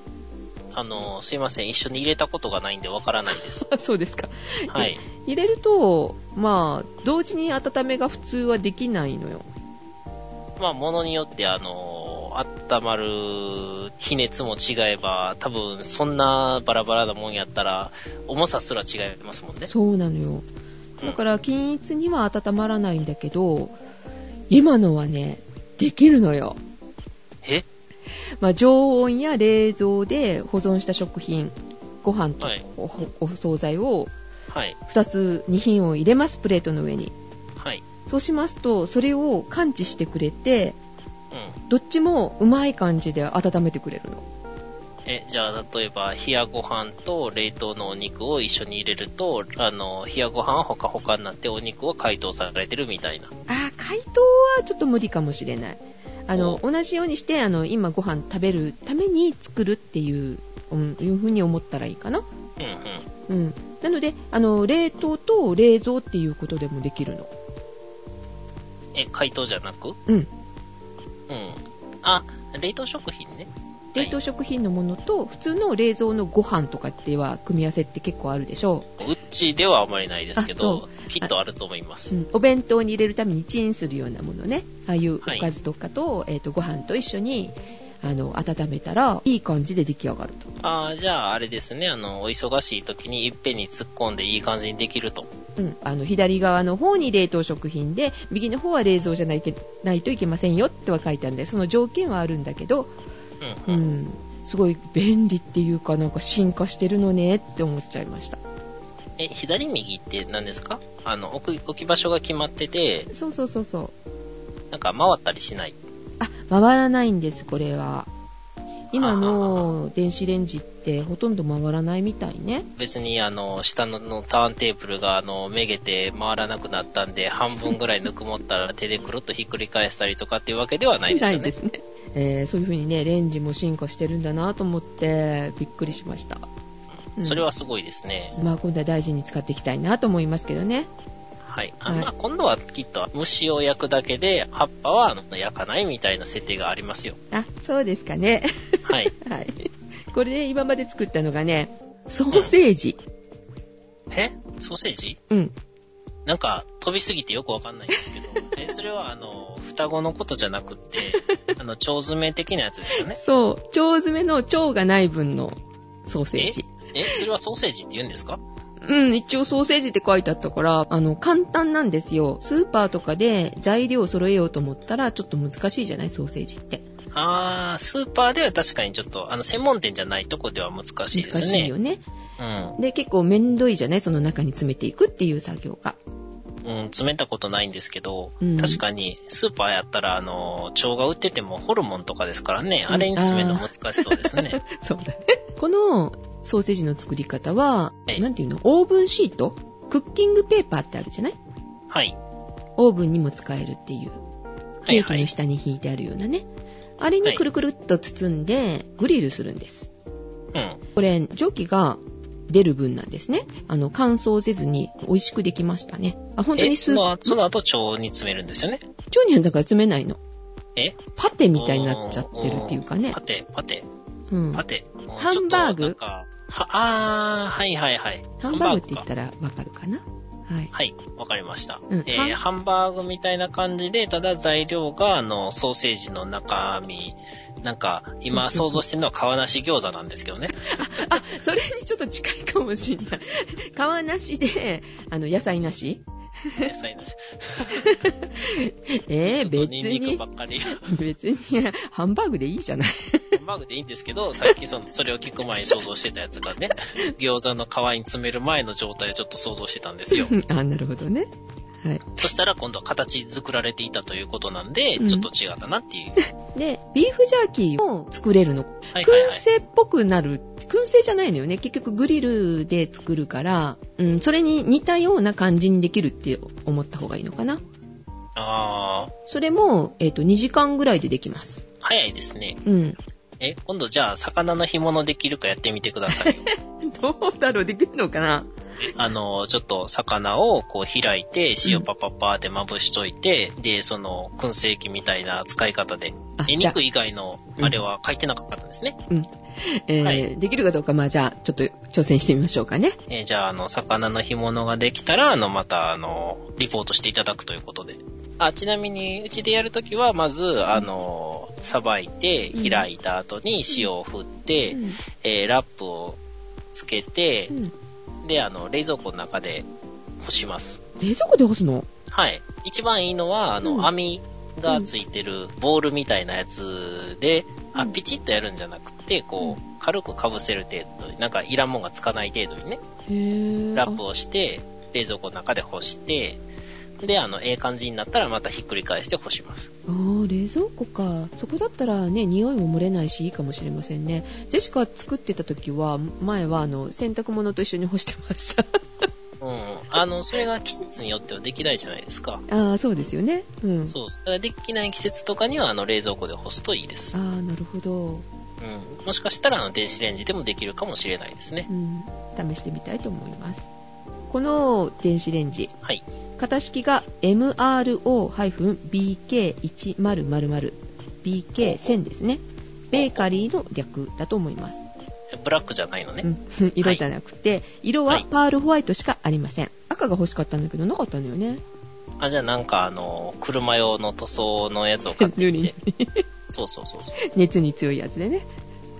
Speaker 2: あの、すいません。一緒に入れたことがないんでわからないです。
Speaker 1: そうですか
Speaker 2: はい。
Speaker 1: 入れるとまあ同時に温めが普通はできないのよ
Speaker 2: まあ、ものによって、あの、温まる比熱も違えば、多分、そんなバラバラなもんやったら、重さすら違いますもんね。
Speaker 1: そうなのよ
Speaker 2: うん
Speaker 1: だから均一には温まらないんだけど今のはねできるのよ、
Speaker 2: え
Speaker 1: まあ、常温や冷蔵で保存した食品ご飯と
Speaker 2: はい。
Speaker 1: おお惣菜を
Speaker 2: はい。
Speaker 1: 2つ2品を入れますプレートの上に
Speaker 2: はい。
Speaker 1: そうしますとそれを感知してくれて
Speaker 2: うん。
Speaker 1: どっちもうまい感じで温めてくれるの
Speaker 2: え、じゃあ、例えば、冷やご飯と冷凍のお肉を一緒に入れると、あの、冷やご飯はほかほかになって、お肉は解凍されてるみたいな。
Speaker 1: あー解凍はちょっと無理かもしれないあの同じようにしてあの今ご飯食べるために作るっていう、うん、いうふうに思ったらいいかな
Speaker 2: うんうん。
Speaker 1: うんなのであの冷凍と冷蔵っていうことでもできるの
Speaker 2: え、解凍じゃなく
Speaker 1: うん
Speaker 2: うん。あ、冷凍食品ね。
Speaker 1: 冷凍食品のものと普通の冷蔵のご飯とかっては組み合わせって結構あるでしょ
Speaker 2: うちではあまりないですけ
Speaker 1: あそ
Speaker 2: ど、きっとあると思いま
Speaker 1: う
Speaker 2: す。
Speaker 1: んお弁当に入れるためにチンするようなものねああいうお
Speaker 2: はい
Speaker 1: かずとかと,、えー、とご飯と一緒にあの温めたらいい感じで出来上がる
Speaker 2: ああ、じゃああれですね、あの、お忙しい時にいっぺんに突っ込んでいい感じにできると。
Speaker 1: と、うん、あの左側の方に冷凍食品で右の方は冷蔵じゃないけないといけませんよっては書いてあるんでその条件はあるんだけど
Speaker 2: う
Speaker 1: うん
Speaker 2: うん
Speaker 1: ん、すごい便利っていうかなんか進化してるのねって思っちゃいました
Speaker 2: え、左右って何ですかあの置く、置き場所が決まってて、
Speaker 1: そうそうそうそう
Speaker 2: なんか回ったりしない。
Speaker 1: あ回らないんですこれは今の電子レンジってほとんど回らないみたいね
Speaker 2: 別にあの、下ののターンテーブルがあの、めげて回らなくなったんで、半分ぐらいぬくもったら手でくるっとひっくり返したりとかっていうわけではないですよね。
Speaker 1: すね、えーそういう風にねレンジも進化してるんだなと思ってびっくりしました、うん
Speaker 2: それはすごいですね。
Speaker 1: まあ今度は大事に使っていきたいなと思いますけどね
Speaker 2: はい。あ
Speaker 1: はい
Speaker 2: まあ、今度はきっと虫を焼くだけで、葉っぱはあの焼かないみたいな設定がありま すよ。
Speaker 1: あそうですかね
Speaker 2: はい。
Speaker 1: はいこれで今まで作ったのがねソーセージ
Speaker 2: えソーセージ
Speaker 1: うん
Speaker 2: なんか飛びすぎてよくわかんないんですけど、え、それはあの、双子のことじゃなくって、あの、腸詰め的なやつですよね。
Speaker 1: そう腸詰めの腸がない分のソーセージ
Speaker 2: え、それはソーセージって言うんですか
Speaker 1: うん、一応ソーセージって書いてあったから、あの、簡単なんですよ。スーパーとかで材料を揃えようと思ったら、ちょっと難しいじゃない、ソーセージって。
Speaker 2: あー、スーパーでは確かにちょっと、あの、専門店じゃないとこでは難しいで
Speaker 1: 難
Speaker 2: す
Speaker 1: しい
Speaker 2: ね。
Speaker 1: よね。
Speaker 2: うん。
Speaker 1: で、結構めんどいじゃないその中に詰めていくっていう作業が。
Speaker 2: うん、詰めたことないんですけど、
Speaker 1: うん
Speaker 2: 確かに、スーパーやったら、あの、腸が売っててもホルモンとかですからね、
Speaker 1: うん
Speaker 2: あれに詰めるの難しそうですね。
Speaker 1: そうだね。 このソーセージの作り方は
Speaker 2: え、え
Speaker 1: なんていうのオーブンシートクッキングペーパーってあるじゃない
Speaker 2: はい。
Speaker 1: オーブンにも使えるっていう。
Speaker 2: はい
Speaker 1: ケー
Speaker 2: は
Speaker 1: キの
Speaker 2: い。
Speaker 1: 下に引いてあるようなね。あれ
Speaker 2: は
Speaker 1: に
Speaker 2: い
Speaker 1: くるくるっと包んで、グリルするんです。
Speaker 2: うん。
Speaker 1: これ、蒸気が出る分なんですね。あの、乾燥せずに美味しくできましたね。あ、本当
Speaker 2: え、
Speaker 1: に
Speaker 2: そ
Speaker 1: す、
Speaker 2: の
Speaker 1: 腸
Speaker 2: その後腸に詰めるんですよね。
Speaker 1: にはだから詰めないの。
Speaker 2: え
Speaker 1: パテみたいになっちゃってるっていうかね
Speaker 2: パ。テ、パテ、
Speaker 1: うん。
Speaker 2: パ
Speaker 1: ハ
Speaker 2: テ。
Speaker 1: ハンバーグ
Speaker 2: ちょっとなんかは、あー、はいはいはい。
Speaker 1: ンバーグって言っ
Speaker 2: ら。
Speaker 1: たらわかるかなはい。
Speaker 2: はい、わかりました。
Speaker 1: うん
Speaker 2: えー
Speaker 1: ハン
Speaker 2: ハンバーグみたいな感じで、ただ材料が、あの、ソーセージの中身、なんか、今
Speaker 1: そうそうそう
Speaker 2: 想像してるのは皮なし餃子なんですけ どね。
Speaker 1: あ、それにちょっと近いかもしれない。 皮なしで、あの、野菜なし
Speaker 2: 野菜なし。
Speaker 1: えー、別
Speaker 2: ニンニク
Speaker 1: に
Speaker 2: ば、っかり。
Speaker 1: 別に、ハンバーグでいいじゃない。
Speaker 2: ハンバーグでいいんですけど、さっきその、それを聞く前に想像してたやつがね、餃子の皮に詰める前の状態をちょっと想像してたんで すよ。
Speaker 1: あ、なるほどね。はい。
Speaker 2: そしたら今度は形作られていたということなんで、
Speaker 1: うん
Speaker 2: ちょっと違ったなっていう。
Speaker 1: で、ビーフジャーキーを作れるの。
Speaker 2: はいはい
Speaker 1: 燻
Speaker 2: はい。
Speaker 1: 製っぽくなる。燻製じゃないのよね。結局グリルで作るから、うん、それに似たような感じにできるって思った方がいいのかな。
Speaker 2: あ
Speaker 1: それも、えっ、と、2時間ぐらいでできます
Speaker 2: ー。、早いですね。
Speaker 1: うん。
Speaker 2: え、今度じゃあ、魚の干物できるかやってみてくださいよ。
Speaker 1: どうだろうできるのかな
Speaker 2: あの、ちょっと魚をこう開いて、塩パパパーでまぶしといて、で、その、燻製機みたいな使い方で。
Speaker 1: あ、
Speaker 2: え、
Speaker 1: じゃ
Speaker 2: 肉以外の、あれは書いてなかったんですね。
Speaker 1: あ、えー
Speaker 2: はい
Speaker 1: できるかどうか、まあじゃあ、ちょっと挑戦してみましょうかね。
Speaker 2: えじゃあ、あの、魚の干物ができたら、あの、また、あの、リポートしていただくということで。あ、ちなみに、うちでやるときは、まず、あの、さばいて、
Speaker 1: うん
Speaker 2: 開いた後に塩を振って、
Speaker 1: うん
Speaker 2: えーラップをつけて
Speaker 1: う、ん。
Speaker 2: で、あの、冷蔵庫の中で干します。
Speaker 1: 冷蔵庫で干すの
Speaker 2: はい。一番いいのは、あの、
Speaker 1: うん
Speaker 2: 網がついてるボールみたいなやつで、
Speaker 1: う
Speaker 2: あ、
Speaker 1: ん
Speaker 2: ピチッとやるんじゃなくて、こう、軽く被せる程度に、なんかいらんもんがつかない程度にね、
Speaker 1: へー
Speaker 2: ラップをして、冷蔵庫の中で干して、で、あの、ええ感じになったらまたひっくり返して干します。
Speaker 1: あー冷蔵庫かそこだったらね匂いも漏れないしいいかもしれませんねジェシカ作ってた時は前はあの洗濯物と一緒に干してました
Speaker 2: うん。あの、それが季節によってはできないじゃないですか。
Speaker 1: ああそうですよねうん
Speaker 2: そう。だからできない季節とかには、あの、冷蔵庫で干すといいです
Speaker 1: あ。あなるほど、
Speaker 2: うん。もしかしたら、あの、電子レンジでもできるかもしれないですね。
Speaker 1: うん、試してみたいと思いますこの電子レンジ
Speaker 2: はい。
Speaker 1: 型式が MRO-BK1000 BK1000 ですねベーカリーの略だと思います
Speaker 2: ブラックじゃないのね。
Speaker 1: うん色じゃなくて、色
Speaker 2: は
Speaker 1: はいパールホワイトしかありません、赤が欲しかったんだけどなかったのよね
Speaker 2: あ、じゃあなんかあの、車用の塗装のやつを 買ってきて。そうそうそうそう。
Speaker 1: 熱に強いやつでね、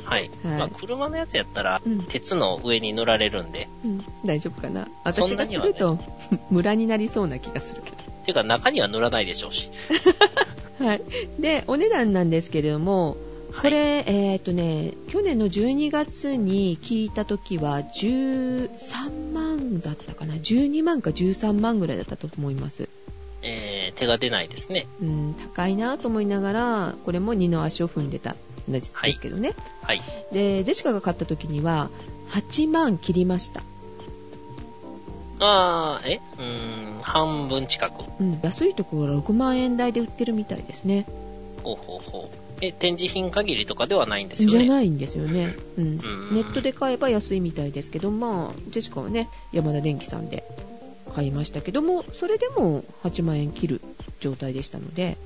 Speaker 2: はい。
Speaker 1: はい
Speaker 2: まあ車のやつやったら
Speaker 1: うん、
Speaker 2: 鉄の上に塗られるんで。
Speaker 1: うん、大丈夫かな
Speaker 2: そん
Speaker 1: 私
Speaker 2: な
Speaker 1: が
Speaker 2: に
Speaker 1: す
Speaker 2: は
Speaker 1: ると ムラになりそうな気がするけ
Speaker 2: ていうか中には塗らないでしょうし。
Speaker 1: どはいでお値段なんですけれどもこれ、えーっとね、去年の12月に聞いた時は13万だったかな12万か13万ぐらいだったと思います、
Speaker 2: えー手が出ないですね。
Speaker 1: うん、高いなと思いながらこれも二の足を踏んでたんです
Speaker 2: はい
Speaker 1: ですけどね、
Speaker 2: はい。
Speaker 1: でジェシカが買った時には8万切りました、
Speaker 2: あー、えうーん、半分近く。
Speaker 1: うん、安いところは6万円台で売ってるみたいですね
Speaker 2: ほうほうほう。え、展示品限りとかではないんですよ
Speaker 1: じ
Speaker 2: ね。
Speaker 1: ゃないんですよね、うん、ネ
Speaker 2: ん
Speaker 1: ットで買えば安いみたいですけどまあジェシカはね山田電機さんで買いましたけどもそれでも8万円切る状態でしたので、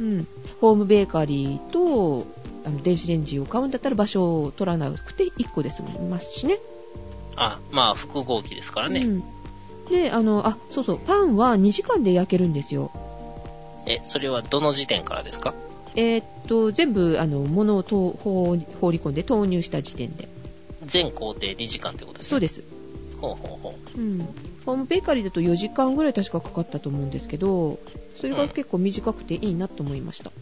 Speaker 2: うん
Speaker 1: う
Speaker 2: うん。
Speaker 1: ん、ホームベーカリーとあの電子レンジを買うんだったら場所を取らなくて1個で済みますしね
Speaker 2: あ、まあ、複合機ですからね。
Speaker 1: うん、であのあそうそうパンは2時間で焼けるんですよ
Speaker 2: え、それはどの時点からですか
Speaker 1: えーっと全部あの物をと放放り込んで投入した時点で
Speaker 2: 全工程2時間ってことですね。。
Speaker 1: そうですす、
Speaker 2: ほうほうほ
Speaker 1: うん、ホームベーカリーだと4時間ぐらい確かかかったと思うんですけどそれが結構短くていいなと思いました
Speaker 2: う。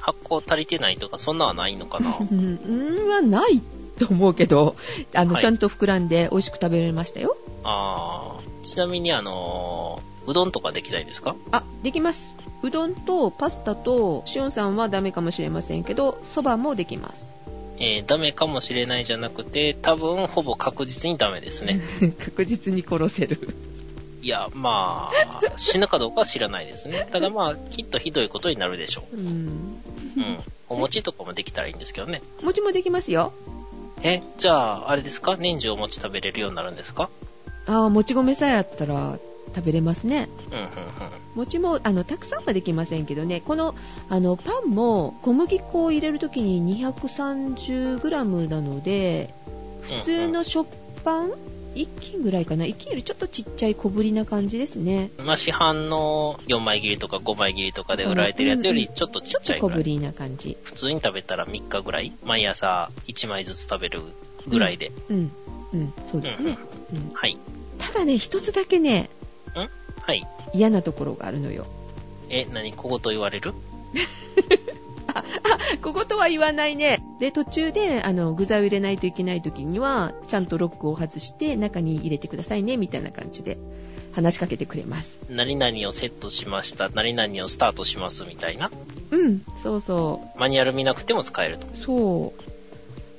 Speaker 2: 発酵足りてないとか、そんなんはないのかな
Speaker 1: うんうんはないと思うけどあの、
Speaker 2: はい
Speaker 1: ちゃんと膨らんで美味しく食べれましたよ
Speaker 2: あー、ちなみにあのーうどんとかできないですか
Speaker 1: あできますうどんとパスタとしおんさんはダメかもしれませんけどそばもできます
Speaker 2: えーダメかもしれないじゃなくて、多分ほぼ確実にダメですね。
Speaker 1: 確実に殺せる
Speaker 2: いや、まあ、死ぬかどうかは知らないです ね。ただまあ、きっとひどいことになるでしょ
Speaker 1: うん
Speaker 2: う。うん。お餅とかもできたらいいんですけどね。
Speaker 1: 餅もできますよ
Speaker 2: え、じゃあ、あれですか年中お餅食べれるようになるんですか
Speaker 1: ああもち米さえあったら食べれますね
Speaker 2: うん、うん、うん。
Speaker 1: 餅もあのたくさんはできませんけどねこのあのパンも小麦粉を入れるときに 230g なので普通の食パン1斤ぐらいかな1斤よりちょっとちっちゃい小ぶりな感じですね
Speaker 2: まあ、市販の4枚切りとか5枚切りとかで売られてるやつよりちょっとち
Speaker 1: ちょ
Speaker 2: っ
Speaker 1: っ
Speaker 2: ち
Speaker 1: と
Speaker 2: ゃい
Speaker 1: 小
Speaker 2: ぐら
Speaker 1: ぶ
Speaker 2: い。
Speaker 1: りな感じ
Speaker 2: 普通に食べたら3日ぐらい毎朝1枚ずつ食べるぐらいで。
Speaker 1: うんうんそうですね、うん、
Speaker 2: はい。
Speaker 1: ただね一つだけね
Speaker 2: はい。
Speaker 1: 嫌なところがあるのよ
Speaker 2: え、何小言言われる
Speaker 1: こことは言わないね。で、途中で、あの、具材を入れないといけない時には、ちゃんとロックを外して、中に入れてくださいね、みたいな感じで、話しかけてくれます。
Speaker 2: 何々をセットしました。何々をスタートしますみたいな。
Speaker 1: うん、そうそ
Speaker 2: マニュアル見なくても使えると。
Speaker 1: う。そ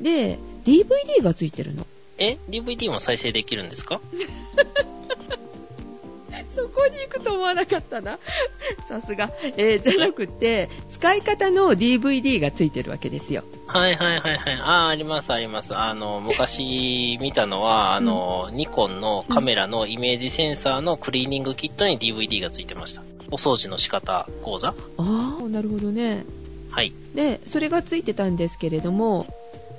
Speaker 1: う。で、DVD がついてるの。
Speaker 2: え ?DVD も再生できるんですか
Speaker 1: そこに行くと思わなかったな。 さすが。えーじゃなくて、使い方の DVD がついてるわけですよ。
Speaker 2: はいはいはいはい。あー、ありますあります。あの、昔見たのは、あの、ニコンのカメラのイメージセンサーのクリーニングキットに DVD がついてました。お掃除の仕方講座
Speaker 1: ああ、なるほどね。
Speaker 2: はい。
Speaker 1: で、それがついてたんですけれども、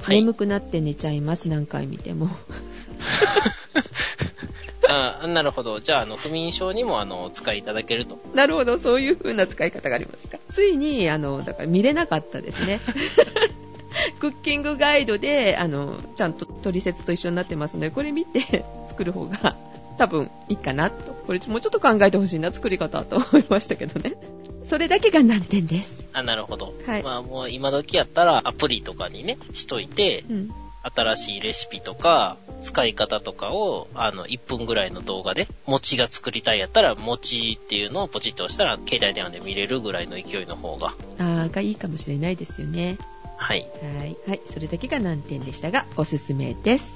Speaker 2: はい
Speaker 1: 眠くなって寝ちゃいます、何回見ても。
Speaker 2: あーなるほど。じゃあ、あの、不眠症にも、あの、お使いいただけると。
Speaker 1: なるほど、そういう風な使い方がありますか。ついに、あの、だから見れなかったです ね。クッキングガイドで、あの、ちゃんと取説と一緒になってますので、これ見て作る方が多分いいかなと。これもうちょっと考えてほしいな、作り方と思いましたけどね。それだけが難点です。
Speaker 2: あ、なるほど。
Speaker 1: はい
Speaker 2: まあ、もう、今時やったら、アプリとかにね、しといて、
Speaker 1: うん。
Speaker 2: 新しいレシピとか、使い方とかを、あの、1分ぐらいの動画で、餅が作りたいやったら、餅っていうのをポチッと押したら、携帯電話で見れるぐらいの勢いの方が。
Speaker 1: あーがいいかもしれないですよね。
Speaker 2: はい。
Speaker 1: はい。はい。それだけが難点でしたが、おすすめです。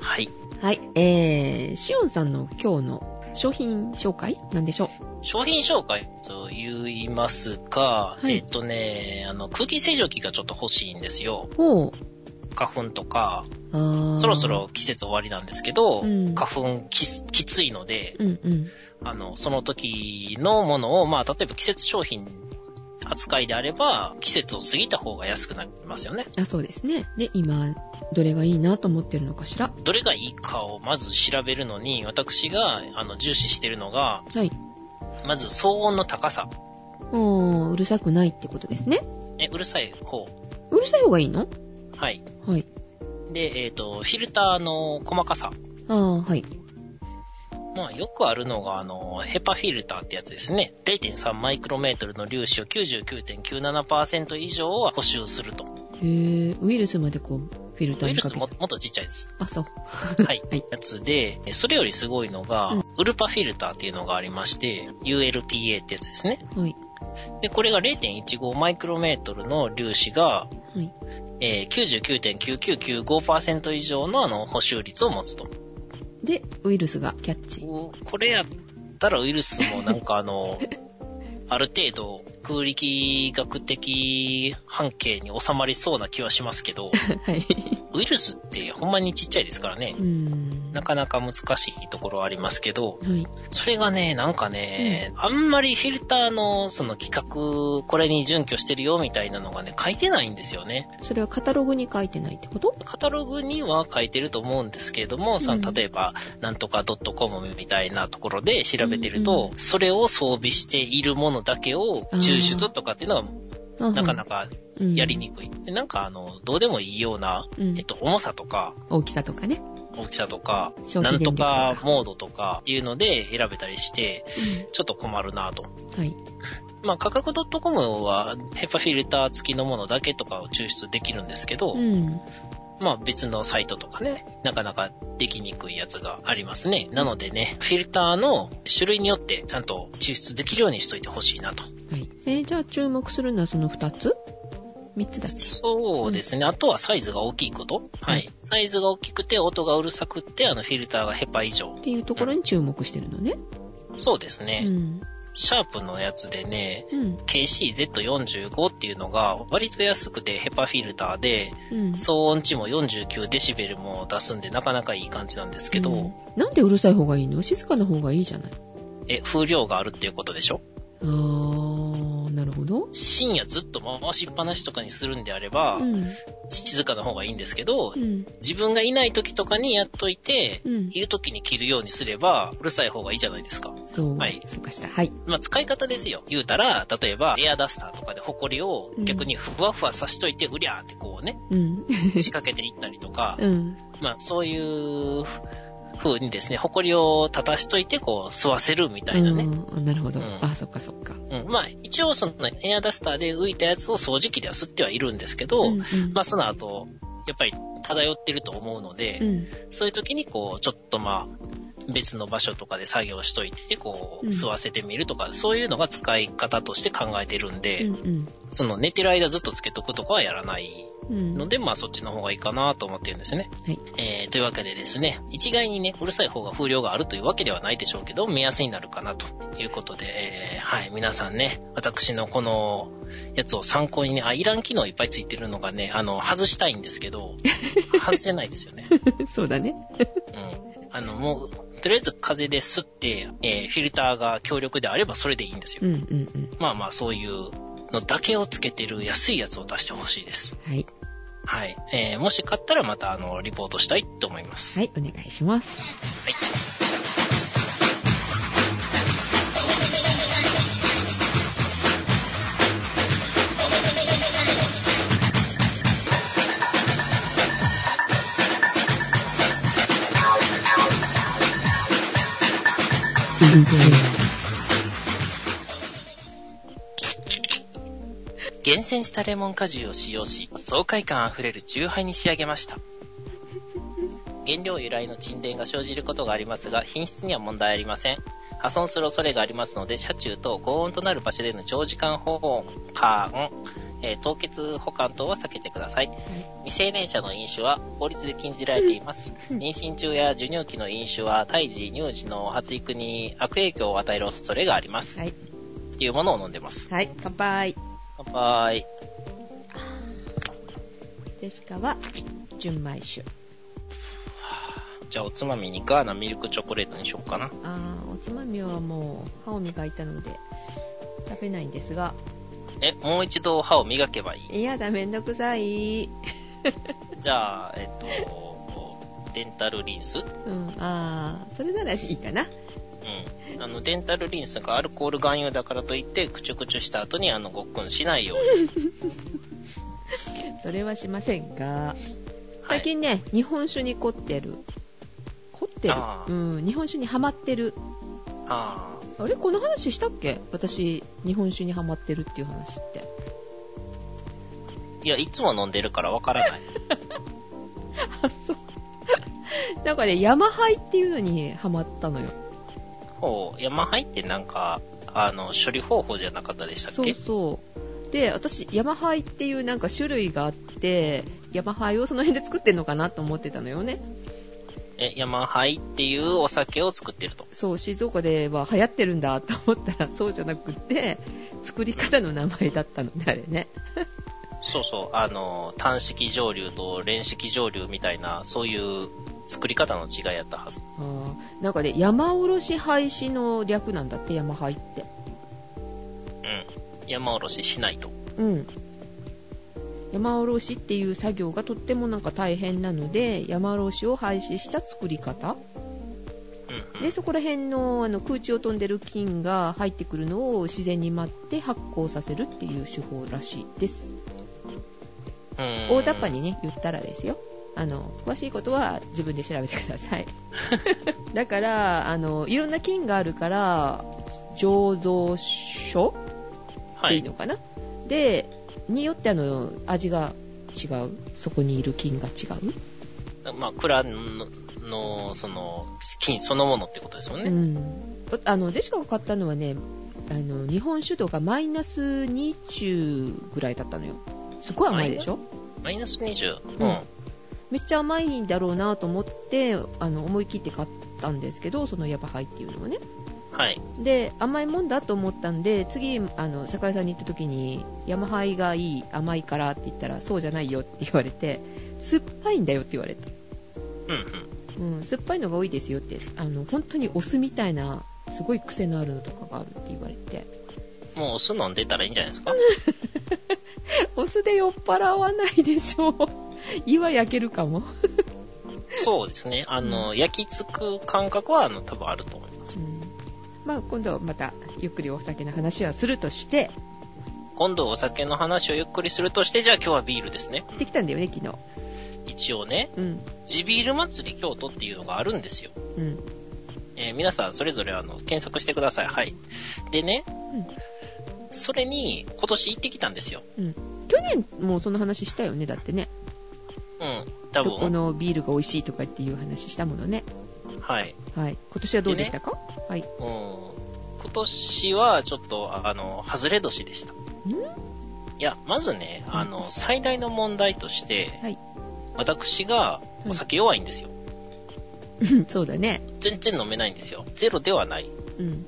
Speaker 2: はい。
Speaker 1: はい。えー、しおんさんの今日の商品紹介なんでしょう
Speaker 2: 商品紹介と言いますか、
Speaker 1: はい
Speaker 2: えっとね、あの、空気清浄機がちょっと欲しいんですよ。
Speaker 1: ほう。
Speaker 2: 花粉とか、
Speaker 1: あー
Speaker 2: そろそろ季節終わりなんですけど、
Speaker 1: うん
Speaker 2: 花粉きすきついので、
Speaker 1: うんうん。
Speaker 2: あの、その時のものを、まあ、例えば季節商品扱いであれば、季節を過ぎた方が安くなりますよね。
Speaker 1: あ、そうですね。で、今、どれがいいなと思ってるのかしら。
Speaker 2: どれがいいかをまず調べるのに、私が、あの、重視してるのが、
Speaker 1: はい。
Speaker 2: まず騒音の高さ。
Speaker 1: もう、うるさくないってことですね。
Speaker 2: え、うるさい方。
Speaker 1: うるさい方がいいの
Speaker 2: はい。
Speaker 1: はい。
Speaker 2: で、えっ、と、フィルターの細かさ。
Speaker 1: ああ、はい。
Speaker 2: まあ、よくあるのが、あの、ヘパフィルターってやつですね。0.3マイクロメートルの粒子を99.97%以上は補修すると。
Speaker 1: へーウイルスまでこう、フィルタ
Speaker 2: ウ
Speaker 1: ー
Speaker 2: イ
Speaker 1: に
Speaker 2: ル
Speaker 1: か
Speaker 2: ス
Speaker 1: け
Speaker 2: も
Speaker 1: て。
Speaker 2: もっとちっちゃいです。
Speaker 1: あ、そう。
Speaker 2: はい
Speaker 1: はい。
Speaker 2: やつで、それよりすごいのが、
Speaker 1: うん
Speaker 2: ウルパフィルターっていうのがありまして、ULPA ってやつですね。
Speaker 1: はい。
Speaker 2: で、これが0.15マイクロメートルの粒子が、
Speaker 1: はい。
Speaker 2: えー99.9995%以上のあの補修率を持つと。
Speaker 1: で、ウイルスがキャッチ。
Speaker 2: これやったらウイルスもなんかあの、ある程度空力学的半径に収まりそうな気はしますけど、
Speaker 1: はい。
Speaker 2: ウイルスってほんまにちっちゃいですからね
Speaker 1: う。ん。
Speaker 2: なかなか難しいところはありますけど、
Speaker 1: はい。
Speaker 2: それがね、なんかね、あんまりフィルターのその規格、これに準拠してるよみたいなのがね、書いてないんですよね。
Speaker 1: それはカタログに書いてないってこと
Speaker 2: カタログには書いてると思うんですけれども、その
Speaker 1: うん
Speaker 2: 例えば、なんとか .com みたいなところで調べてる
Speaker 1: う
Speaker 2: と、それを装備しているものだけを抽出とかっていうのは、なかな
Speaker 1: か
Speaker 2: かやりにくい。でなんか、あの、どうでもいいような、
Speaker 1: く。うん
Speaker 2: えっと、重さとか、
Speaker 1: 大きさとかね。
Speaker 2: 大きさとか、
Speaker 1: 消
Speaker 2: な
Speaker 1: 費
Speaker 2: ん
Speaker 1: 電
Speaker 2: と
Speaker 1: 力とか
Speaker 2: かモードとかっていうので選べたりして、ちょっと困るなと。
Speaker 1: うんはい。
Speaker 2: まあ、価格 .com はヘパフィルター付きのものだけとかを抽出できるんですけど、
Speaker 1: うん。
Speaker 2: まあ別のサイトとかね、なかなかできにくいやつがありますね。なのでね、フィルターの種類によってちゃんと抽出できるようにしといてほしいなと。
Speaker 1: はい。えーじゃあ注目するのはその2つ ?3 つだっけ
Speaker 2: そうですね。あとはサイズが大きいこと。は
Speaker 1: う
Speaker 2: い。サイズが大きくて音がうるさくって、あのフィルターがヘパ以上。
Speaker 1: っていうところに注目してるのね。
Speaker 2: そうです
Speaker 1: う
Speaker 2: ね。
Speaker 1: ん。
Speaker 2: シャープのやつでね、
Speaker 1: うん。
Speaker 2: KCZ45 っていうのが割と安くてヘパフィルターで、
Speaker 1: うん。
Speaker 2: 騒音値も49デシベルも出すんでなかなかいい感じなんですけど、
Speaker 1: うんなんでうるさい方がいいの静かな方がいいじゃない。
Speaker 2: え、風量があるっていうことでしょ
Speaker 1: あー、なるほど。
Speaker 2: 深夜ずっと回しっぱなしとかにするんであれば、
Speaker 1: うん。
Speaker 2: 静かな方がいいんですけど、
Speaker 1: うん。
Speaker 2: 自分がいない時とかにやっといて、
Speaker 1: うん。
Speaker 2: いる時に着るようにすれば、うるさい方がいいじゃないですか。
Speaker 1: そう。
Speaker 2: はい
Speaker 1: そうかしら。はい。
Speaker 2: まあ、使い方ですよ。言うたら、例えば、エアダスターとかでホコリを逆にふわふわさしといて、うりゃーってこうね、
Speaker 1: うん。
Speaker 2: 仕掛けていったりとか、
Speaker 1: うん。
Speaker 2: まあ、そういう風にですね、ホコリを立たしといて、こう、吸わせるみたいなね。
Speaker 1: うんなるほど。
Speaker 2: うん
Speaker 1: あ、そっかそっか。
Speaker 2: うん、まあ、一応そのエアダスターで浮いたやつを掃除機では吸ってはいるんですけど、
Speaker 1: うんうん
Speaker 2: まあその後、やっぱり漂ってると思うので、
Speaker 1: うん
Speaker 2: そういう時にこう、ちょっとまあ、別の場所とかで作業しといて、こう、
Speaker 1: うん
Speaker 2: 吸わせてみるとか、そういうのが使い方として考えてるんで、
Speaker 1: うん
Speaker 2: その寝てる間ずっとつけとくとかはやらない
Speaker 1: うん
Speaker 2: ので、まあそっちの方がいいかなと思ってるんですね。
Speaker 1: はい
Speaker 2: えー、というわけでですね、一概にね、うるさい方が風量があるというわけではないでしょうけど、目安になるかなということで、えーはい、皆さんね、私のこのやつを参考にね、あ、いらん機能いっぱいついてるのがね、あの、外したいんです けど、外せないですよね。
Speaker 1: そうだね。
Speaker 2: うん。あの、もう、とりあえず風で吸って、えーフィルターが強力であればそれでいいんですよ。
Speaker 1: うんうんうん。
Speaker 2: まあまあ、そういうのだけをつけてる安いやつを出してほしいです。
Speaker 1: はい。
Speaker 2: はい。えーもし買ったらまた、あの、リポートしたいと思います。
Speaker 1: はい、お願いします。
Speaker 2: はい。厳選したレモン果汁を使用し、爽快感あふれるチューハイに仕上げました。原料由来の沈殿が生じることがありますが、品質には問題ありません。破損する恐れがありますので、車中と高温となる場所での長時間保温、加温、えー凍結保管等は避けてください。未成年者の飲酒は法律で禁じられています。妊娠中や授乳期の飲酒は胎児、乳児の発育に悪影響を与える恐れがあります。
Speaker 1: はい。
Speaker 2: っていうものを飲んでます。
Speaker 1: はい、乾杯。
Speaker 2: 乾杯。
Speaker 1: ですかは、純米酒。
Speaker 2: じゃあおつまみにガーナミルクチョコレートにしようかな。
Speaker 1: あー、おつまみはもう、歯を磨いたので、食べないんですが、
Speaker 2: え、もう一度歯を磨けばいい
Speaker 1: いやだ、めんどくさい。
Speaker 2: じゃあ、えっと、デンタルリンス
Speaker 1: うん、あー、それならいいかな。
Speaker 2: うん。あの、デンタルリンスがアルコール含有だからといって、くちゅくちゅした後にあの、ごっくんしない ように。
Speaker 1: それはしませんが、
Speaker 2: は
Speaker 1: 最
Speaker 2: い。
Speaker 1: 近ね、日本酒に凝ってる。凝っってる
Speaker 2: あ、あ
Speaker 1: うん、日本酒にハマってる
Speaker 2: あ
Speaker 1: あれこの話したっけ私日本酒にハマってるっていう話って
Speaker 2: ーいや、いつも飲んでるからわからない。
Speaker 1: なんかねヤマハイっていうのにハマったのよ
Speaker 2: ほう、山入ってなんか、あの、処理方法じゃなかったでしたっ
Speaker 1: そ
Speaker 2: け
Speaker 1: うそうで私ヤマハイっていうなんか種類があってヤマハイをその辺で作ってんのかなと思ってたのよね
Speaker 2: え、山入っていうお酒を作ってると。
Speaker 1: そう静岡では流行ってるんだと思ったらそうじゃなくて作り方の名前だったのであれね
Speaker 2: そうそう、あの、単式蒸留と連式蒸留みたいな、そういう作り方の違いやったはず。
Speaker 1: あーなんかね山おろし廃止の略なんだって山ハイって
Speaker 2: うん。山おろししないと。
Speaker 1: うん山おろしっていう作業がとってもなんか大変なので山おろしを廃止した作り方
Speaker 2: うん、う
Speaker 1: で
Speaker 2: ん。
Speaker 1: そこら辺のあの空中を飛んでる菌が入ってくるのを自然に待って発酵させるっていう手法らしいです
Speaker 2: うん
Speaker 1: 大雑把。にね言ったらですよあの詳しいことは自分で調べてくださいだからあのいろんな菌があるから醸造所っ
Speaker 2: は
Speaker 1: ていい
Speaker 2: い。
Speaker 1: のかな、でによってあの味が違うそこにいる菌が違う、
Speaker 2: まあ、蔵の、のその、金そのものってことですもん
Speaker 1: う
Speaker 2: ね。
Speaker 1: んあのジェシカが買ったのはねあの日本酒度がマイナス20ぐらいだったのよすごい甘いでしょ
Speaker 2: マイナス20。うん。
Speaker 1: うんめっちゃ甘いんだろうなと思ってあの思い切って買ったんですけどそのヤバハイっていうのはね
Speaker 2: はい。
Speaker 1: で甘いもんだと思ったんで次あの酒屋さんに行った時にヤマハイがいい甘いからって言ったらそうじゃないよって言われて酸っぱいんだよって言われて
Speaker 2: うんうん。
Speaker 1: うん、酸っぱいのが多いですよってあの本当にお酢みたいなすごい癖のあるのとかがあるって言われて
Speaker 2: もうお酢飲んでたらいいんじゃないですか
Speaker 1: お酢で酔っ払わないでしょう 胃は焼けるかも、
Speaker 2: そうですね。あの、焼きつく感覚は、あの、多分あると思います。
Speaker 1: うんまあ、今度またゆっくりお酒の話はするとして
Speaker 2: 今度お酒の話をゆっくりするとして、じゃあ今日はビールですね。
Speaker 1: できたんだよね昨日
Speaker 2: 一応ね、
Speaker 1: うん
Speaker 2: 地ビール祭り京都っていうのがあるんですよ。
Speaker 1: うん
Speaker 2: えー皆さんそれぞれあの、検索してください。はい。でね、
Speaker 1: うん
Speaker 2: それに今年行ってきたんですよ。
Speaker 1: うん去年もその話したよねだってね
Speaker 2: うん。多
Speaker 1: どこ
Speaker 2: 分。
Speaker 1: のビールが美味しいとかっていう話したものね
Speaker 2: はい。
Speaker 1: はい今年はどうでしたか、はい
Speaker 2: うん。今年はちょっと、あの、外れ年でした。いや、まずね、あの、最大の問題として、
Speaker 1: はい
Speaker 2: 私がお酒弱いんですよ。
Speaker 1: そうだね
Speaker 2: 全然飲めないんですよ。ゼロではない。
Speaker 1: うん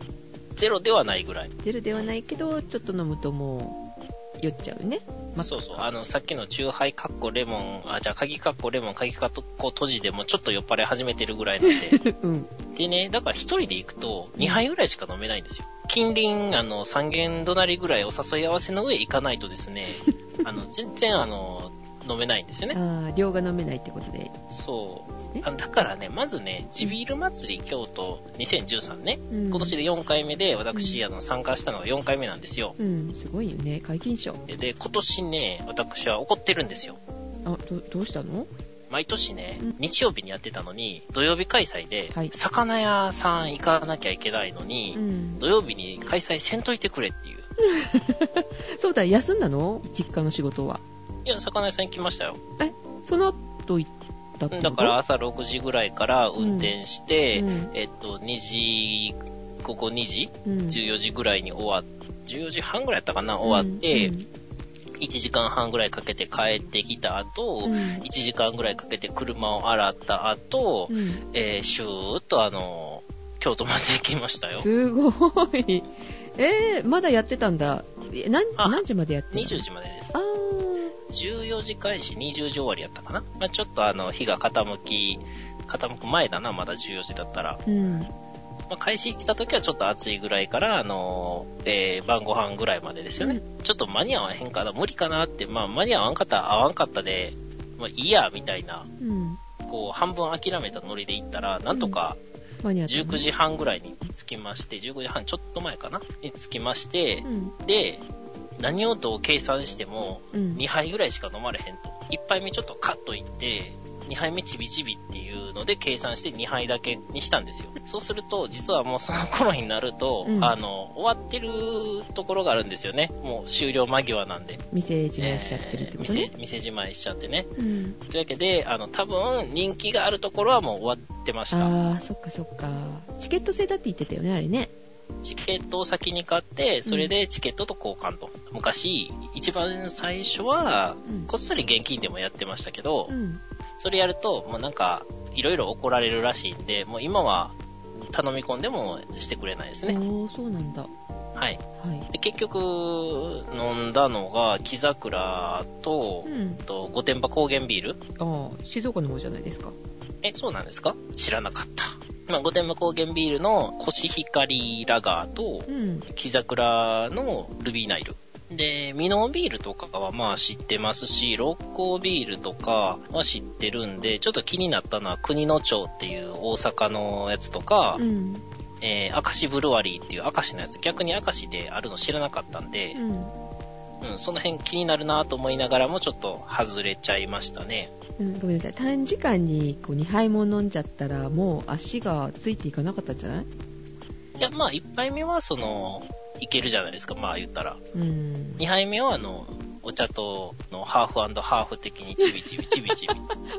Speaker 2: ゼロではないぐらい。
Speaker 1: 出るではないけどちょっと飲むともう酔っちゃうねま
Speaker 2: そうそう。あの、さっきの中杯カッコレモン、あ、じゃあ鍵カッコレモン、鍵カッコ閉じでもちょっと酔っ払い始めてるぐらいなんで。
Speaker 1: うん
Speaker 2: でね、だから一人で行くと2杯ぐらいしか飲めないんですよ。近隣、あの、三軒隣ぐらいお誘い合わせの上行かないとで すね、あの、全然あの、飲めないんですよね。
Speaker 1: ああ、量が飲めないってことで。
Speaker 2: そう
Speaker 1: え。
Speaker 2: あのだからね、まずね、地ビール祭り京都2013ね、
Speaker 1: うん
Speaker 2: 今年で4回目で私、
Speaker 1: う
Speaker 2: あの、参加したのが4回目なんですよ。
Speaker 1: うん、すごいよね。解禁賞。
Speaker 2: でで、今年ね、私は怒ってるんですよ。
Speaker 1: あ、ど、どうしたの
Speaker 2: 毎年ね
Speaker 1: うん、
Speaker 2: 日曜日にやってたのに、土曜日開催で
Speaker 1: はい、
Speaker 2: 魚屋さん行かなきゃいけないのに、
Speaker 1: ん。
Speaker 2: 土曜日に開催せんといてくれっていう。
Speaker 1: そうだ、休んだの実家の仕事は。
Speaker 2: いや、魚屋さん行きましたよ。
Speaker 1: その後行ったってこと
Speaker 2: だから、朝6時ぐらいから運転して、
Speaker 1: うん
Speaker 2: えっと、2時、ここ2時
Speaker 1: うん、
Speaker 2: ?14 時ぐらいに終わっ14時半ぐらいだったかな終わって
Speaker 1: う、ん
Speaker 2: 1時間半ぐらいかけて帰ってきた後、
Speaker 1: うん
Speaker 2: 1時間ぐらいかけて車を洗った後、
Speaker 1: うんうん
Speaker 2: えー、シューッとあの、京都まで行きましたよ。
Speaker 1: すごい。えー、まだやってたんだ。え、何、
Speaker 2: あ
Speaker 1: 何時までやってたの
Speaker 2: 20時までです。
Speaker 1: あ
Speaker 2: 14時開始、20時終わりやったかな。まあ、ちょっとあの、日が傾き、傾く前だな、まだ14時だったら。
Speaker 1: ーうん。
Speaker 2: まあ、開始した時はちょっと暑いぐらいから、あのーえー晩ご飯ぐらいまでですよね。ちょっと間に合わへんから無理かなって、まあ、間に合わんかったら合わんかったで、まあ、いいや、みたいな、
Speaker 1: うん。
Speaker 2: こう、半分諦めたノリで行ったら、なんとか、
Speaker 1: 間に合ったの
Speaker 2: 19。時半ぐらいに着きまして、19時半ちょっと前かなに着きまして
Speaker 1: う、ん。
Speaker 2: で、何をどう計算しても、
Speaker 1: うん
Speaker 2: 2。杯ぐらいしか飲まれへんと。1杯目ちょっとカッといって、 2杯目ちびちびっていうので計算して2杯だけにしたんですよ。そうすると、実はもうその頃になると、
Speaker 1: うん
Speaker 2: あの、終わってるところがあるんですよね。もう終了間際なんで。
Speaker 1: 店じまいしちゃってるってことね
Speaker 2: え。ー店、店じまいしちゃってね。
Speaker 1: うん、
Speaker 2: というわけで、あの、多分人気があるところはもう終わってました。
Speaker 1: ああ、そっかそっか。チケット制だって言ってたよね、あれね。
Speaker 2: チケットを先に買って、それでチケットと交換と。昔、一番最初は、
Speaker 1: うん
Speaker 2: こっそり現金でもやってましたけど、
Speaker 1: うん。
Speaker 2: それやると、もうなんか、いろいろ怒られるらしいんで、もう今は、頼み込んでもしてくれないですね。
Speaker 1: おーそうなんだ。
Speaker 2: はい。
Speaker 1: はい。
Speaker 2: で結局、飲んだのが、木桜と、
Speaker 1: うん。
Speaker 2: と、御殿場高原ビール
Speaker 1: ああ、静岡の方じゃないですか。
Speaker 2: え、そうなんですか知らなかった。まあ、御殿場高原ビールのコシヒカリラガーと、
Speaker 1: うん。
Speaker 2: 木桜のルビーナイル。で、ミノンビールとかはまあ知ってますし、六甲ビールとかは知ってるんで、ちょっと気になったのは国の町っていう大阪のやつとか、
Speaker 1: うん。
Speaker 2: えー、明石ブルワリーっていう明石のやつ、逆に明石であるの知らなかったんで、
Speaker 1: うん。
Speaker 2: うん、その辺気になるなと思いながらもちょっと外れちゃいましたね。
Speaker 1: うん、ごめんなさい短時間にこう2杯も飲んじゃったらもう足がついていかなかったんじゃない
Speaker 2: いや、まあ一杯目はその、いけるじゃないですか、まあ言ったら。
Speaker 1: うん
Speaker 2: 二杯目はあの、お茶とのハーフハーフ的にチビチビチビチビ。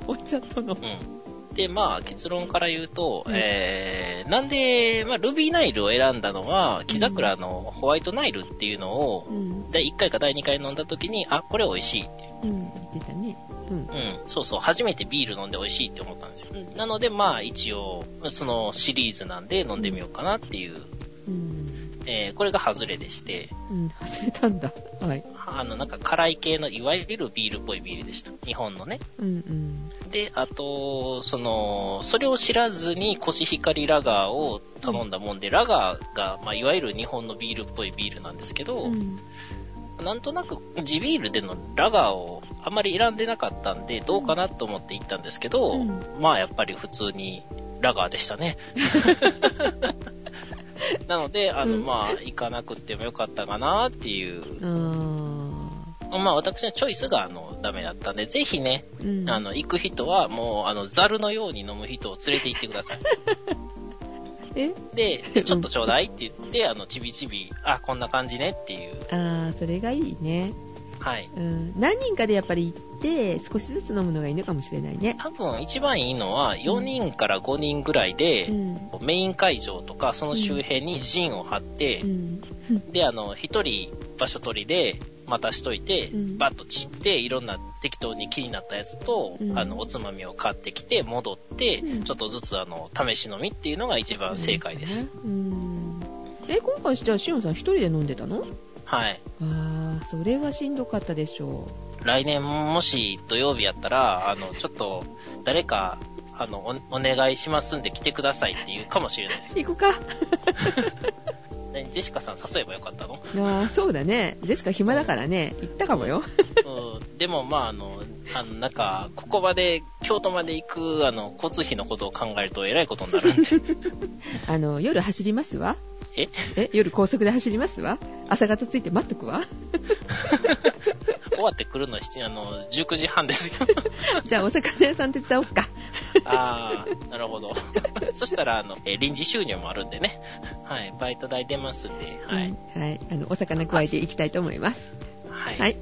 Speaker 1: お茶との
Speaker 2: うん。で、まあ、結論から言うと、
Speaker 1: うん
Speaker 2: えー、なんで、まあ、ルビーナイルを選んだのは、木桜のホワイトナイルっていうのを
Speaker 1: う、ん
Speaker 2: 第1回か第2回飲んだ時に、あ、これ美味しいって。
Speaker 1: うん言ってたねうん
Speaker 2: うん。そうそう、初めてビール飲んで美味しいって思ったんですよ。うんなので、まあ、一応、そのシリーズなんで飲んでみようかなっていう、
Speaker 1: うん、
Speaker 2: えー、これが外れでして、
Speaker 1: うん、忘れたんだはい
Speaker 2: あの、なんか辛い系の、いわゆるビールっぽいビールでした。日本のね。
Speaker 1: うん
Speaker 2: で、あと、その、それを知らずにコシヒカリラガーを頼んだもんで、ラガーが、まあ、いわゆる日本のビールっぽいビールなんですけ
Speaker 1: う
Speaker 2: ど、
Speaker 1: んうん
Speaker 2: なんとなく地ビールでのラガーをあんまり選んでなかったんで、どうかなと思って行ったんですけど、
Speaker 1: うん
Speaker 2: まあやっぱり普通にラガーでし たね。なので、あの、
Speaker 1: うん
Speaker 2: まあ、行かなくてもよかったかなっていう。
Speaker 1: あ
Speaker 2: まあ、私のチョイスが、あの、ダメだったんで、ぜひね、
Speaker 1: ーうん
Speaker 2: あの、行く人は、もう、あの、ザルのように飲む人を連れて行って ください。
Speaker 1: え
Speaker 2: で、でちょっとちょうだいって言って、あの、ちびちび、あ、こんな感じねっていう。
Speaker 1: ああそれがいいね
Speaker 2: はい。
Speaker 1: うん何人かでやっぱり行って少しずつ飲むのがいいのかもしれないね
Speaker 2: 多分、一番いいのは、4人から5人ぐらいで
Speaker 1: う、ん
Speaker 2: メイン会場とか、その周辺に陣を張って
Speaker 1: う、ん
Speaker 2: で、あの、1人場所取りで、渡しといて
Speaker 1: うん、
Speaker 2: バッと散って、いろんな適当に気になったやつと
Speaker 1: う、ん
Speaker 2: あの、おつまみを買ってきて、戻って
Speaker 1: うん、
Speaker 2: ちょっとずつ、あの、試し飲みっていうのが一番正解です。
Speaker 1: うんえ今回じゃあしおんさん一人で飲んでたの
Speaker 2: はい。
Speaker 1: ああそれはしんどかったでしょ
Speaker 2: 来年もし土曜日やったら、あの、ちょっと、誰か、あのお、お願いしますんで来てくださいって言うかもしれないです。
Speaker 1: う行こうか
Speaker 2: ねジェシカさん誘えばよかったの
Speaker 1: ああそうだねジェシカ暇だからね行ったかもよ
Speaker 2: うん。でも、まあ、あの、あの、なんか、ここまで、京都まで行く、あの、交通費のことを考えるとえらいことになるんで。
Speaker 1: あの夜走りますわ
Speaker 2: え
Speaker 1: え夜高速で走りますわ朝方ついて待っとくわ
Speaker 2: 終わってくるの7、あの、19時半ですよ。
Speaker 1: じゃあお魚屋さん手伝おっか
Speaker 2: ああ、なるほど。そしたら、あの、え臨時収入もあるんでね。はい。バイト代出ますんで、はい。
Speaker 1: うんはいあのお魚加えていきたいと思います
Speaker 2: はい。
Speaker 1: はい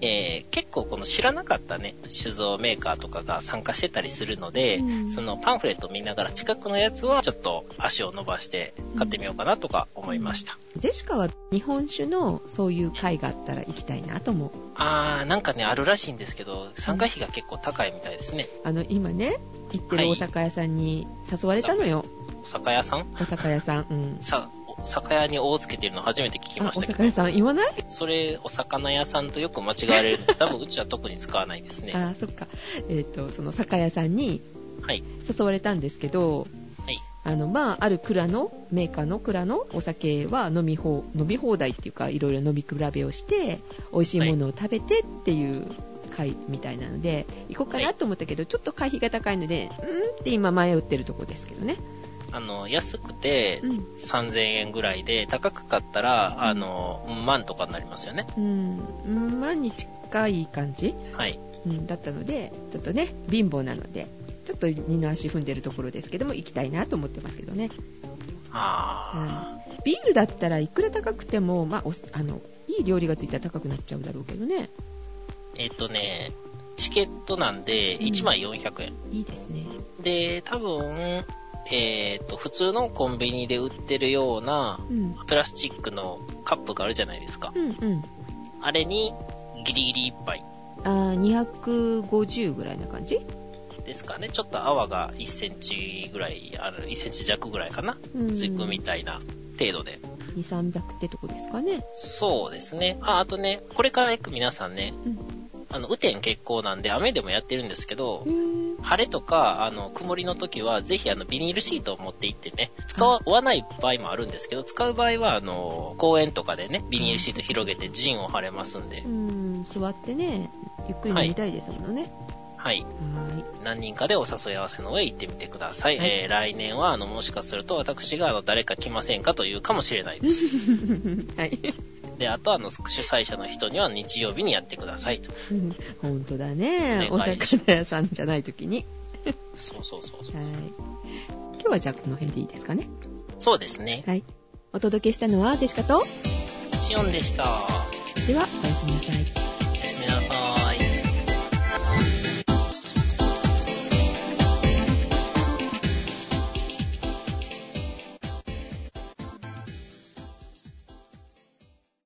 Speaker 2: えー結構この知らなかったね、酒造メーカーとかが参加してたりするので、
Speaker 1: うん
Speaker 2: そのパンフレット見ながら近くのやつはちょっと足を伸ばして買ってみようかなとか思いました。
Speaker 1: ジェシカは日本酒のそういう会があったら行きたいなと思う
Speaker 2: あー、なんかね、あるらしいんですけど、参加費が結構高いみたいですね。
Speaker 1: あの今ね行ってるお魚屋さんに誘われたのよ、
Speaker 2: お酒屋さん
Speaker 1: お魚屋さん うん
Speaker 2: さ、お酒屋に大つけてるの初めて聞き
Speaker 1: あ
Speaker 2: ま
Speaker 1: お
Speaker 2: したけど、
Speaker 1: 魚屋さん言わない
Speaker 2: それ、お魚屋さんとよく間違われ るので、多分うちは特に使わないですね。
Speaker 1: あーそっかえっ、とその酒屋さんに
Speaker 2: はい。
Speaker 1: 誘われたんですけど、
Speaker 2: はい
Speaker 1: あのまあある蔵のメーカーの蔵のお酒は飲み放飲み放題っていうかいろいろ飲み比べをして美味しいものを食べてっていう会みたいなので行こうかなと思ったけど、ちょっと会費が高いのでうんって今迷ってるとこですけどね、
Speaker 2: あの、安くて、
Speaker 1: うん
Speaker 2: 3000円ぐらいで、高く買ったら、あの、万とかになりますよね。
Speaker 1: うん、まあに近い感じ、
Speaker 2: はい。
Speaker 1: ううん、だったのでちょっとね貧乏なのでちょっと二の足踏んでるところですけども行きたいなと思ってますけどね
Speaker 2: あ
Speaker 1: ビールだったらいくら高くても、まあ、おあのいい料理がついたら高くなっちゃうだろうけどね
Speaker 2: ーえっとね、チケットなんで、
Speaker 1: うん
Speaker 2: 1枚400円。
Speaker 1: いいですね
Speaker 2: で、多分、えっと、普通のコンビニで売ってるような、
Speaker 1: うん
Speaker 2: プラスチックのカップがあるじゃないですか。
Speaker 1: うんうん
Speaker 2: あれに、ギリギリ1杯
Speaker 1: あー250ぐらいな感じ、
Speaker 2: ですかね。ちょっと泡が1センチぐらいある、1センチ弱ぐらいかな。
Speaker 1: うん、
Speaker 2: つくみたいな程度で。
Speaker 1: 2300ってとこですかね
Speaker 2: そうですね。あ、あとね、これから行く皆さんね、
Speaker 1: うん
Speaker 2: あの、雨天結構なんで雨でもやってるんですけど、
Speaker 1: へー
Speaker 2: 晴れとか、あの、曇りの時は、ぜひ、あの、ビニールシートを持って行ってね、使わない場合もあるんですけど、使う場合は、あの、公園とかでね、ビニールシート広げて陣を張れますんで
Speaker 1: う、ん座ってねゆっくり飲みたいですものね
Speaker 2: はい。
Speaker 1: はーい
Speaker 2: 何人かでお誘い合わせの上行ってみてください。
Speaker 1: はい
Speaker 2: えー、来年は、あの、もしかすると私が、あの、誰か来ませんかというかもしれないです。
Speaker 1: はい
Speaker 2: で、あと、あの、主催者の人には日曜日にやってくださいと。
Speaker 1: うん本当だね
Speaker 2: お
Speaker 1: お
Speaker 2: 願いし
Speaker 1: 魚屋さんじゃない時に
Speaker 2: そうそうそうそう。
Speaker 1: はい今日はじゃあこの辺でいいですかね
Speaker 2: そうですね。
Speaker 1: はいお届けしたのはジェシカと
Speaker 2: シオンでした。
Speaker 1: ではおやすみなさい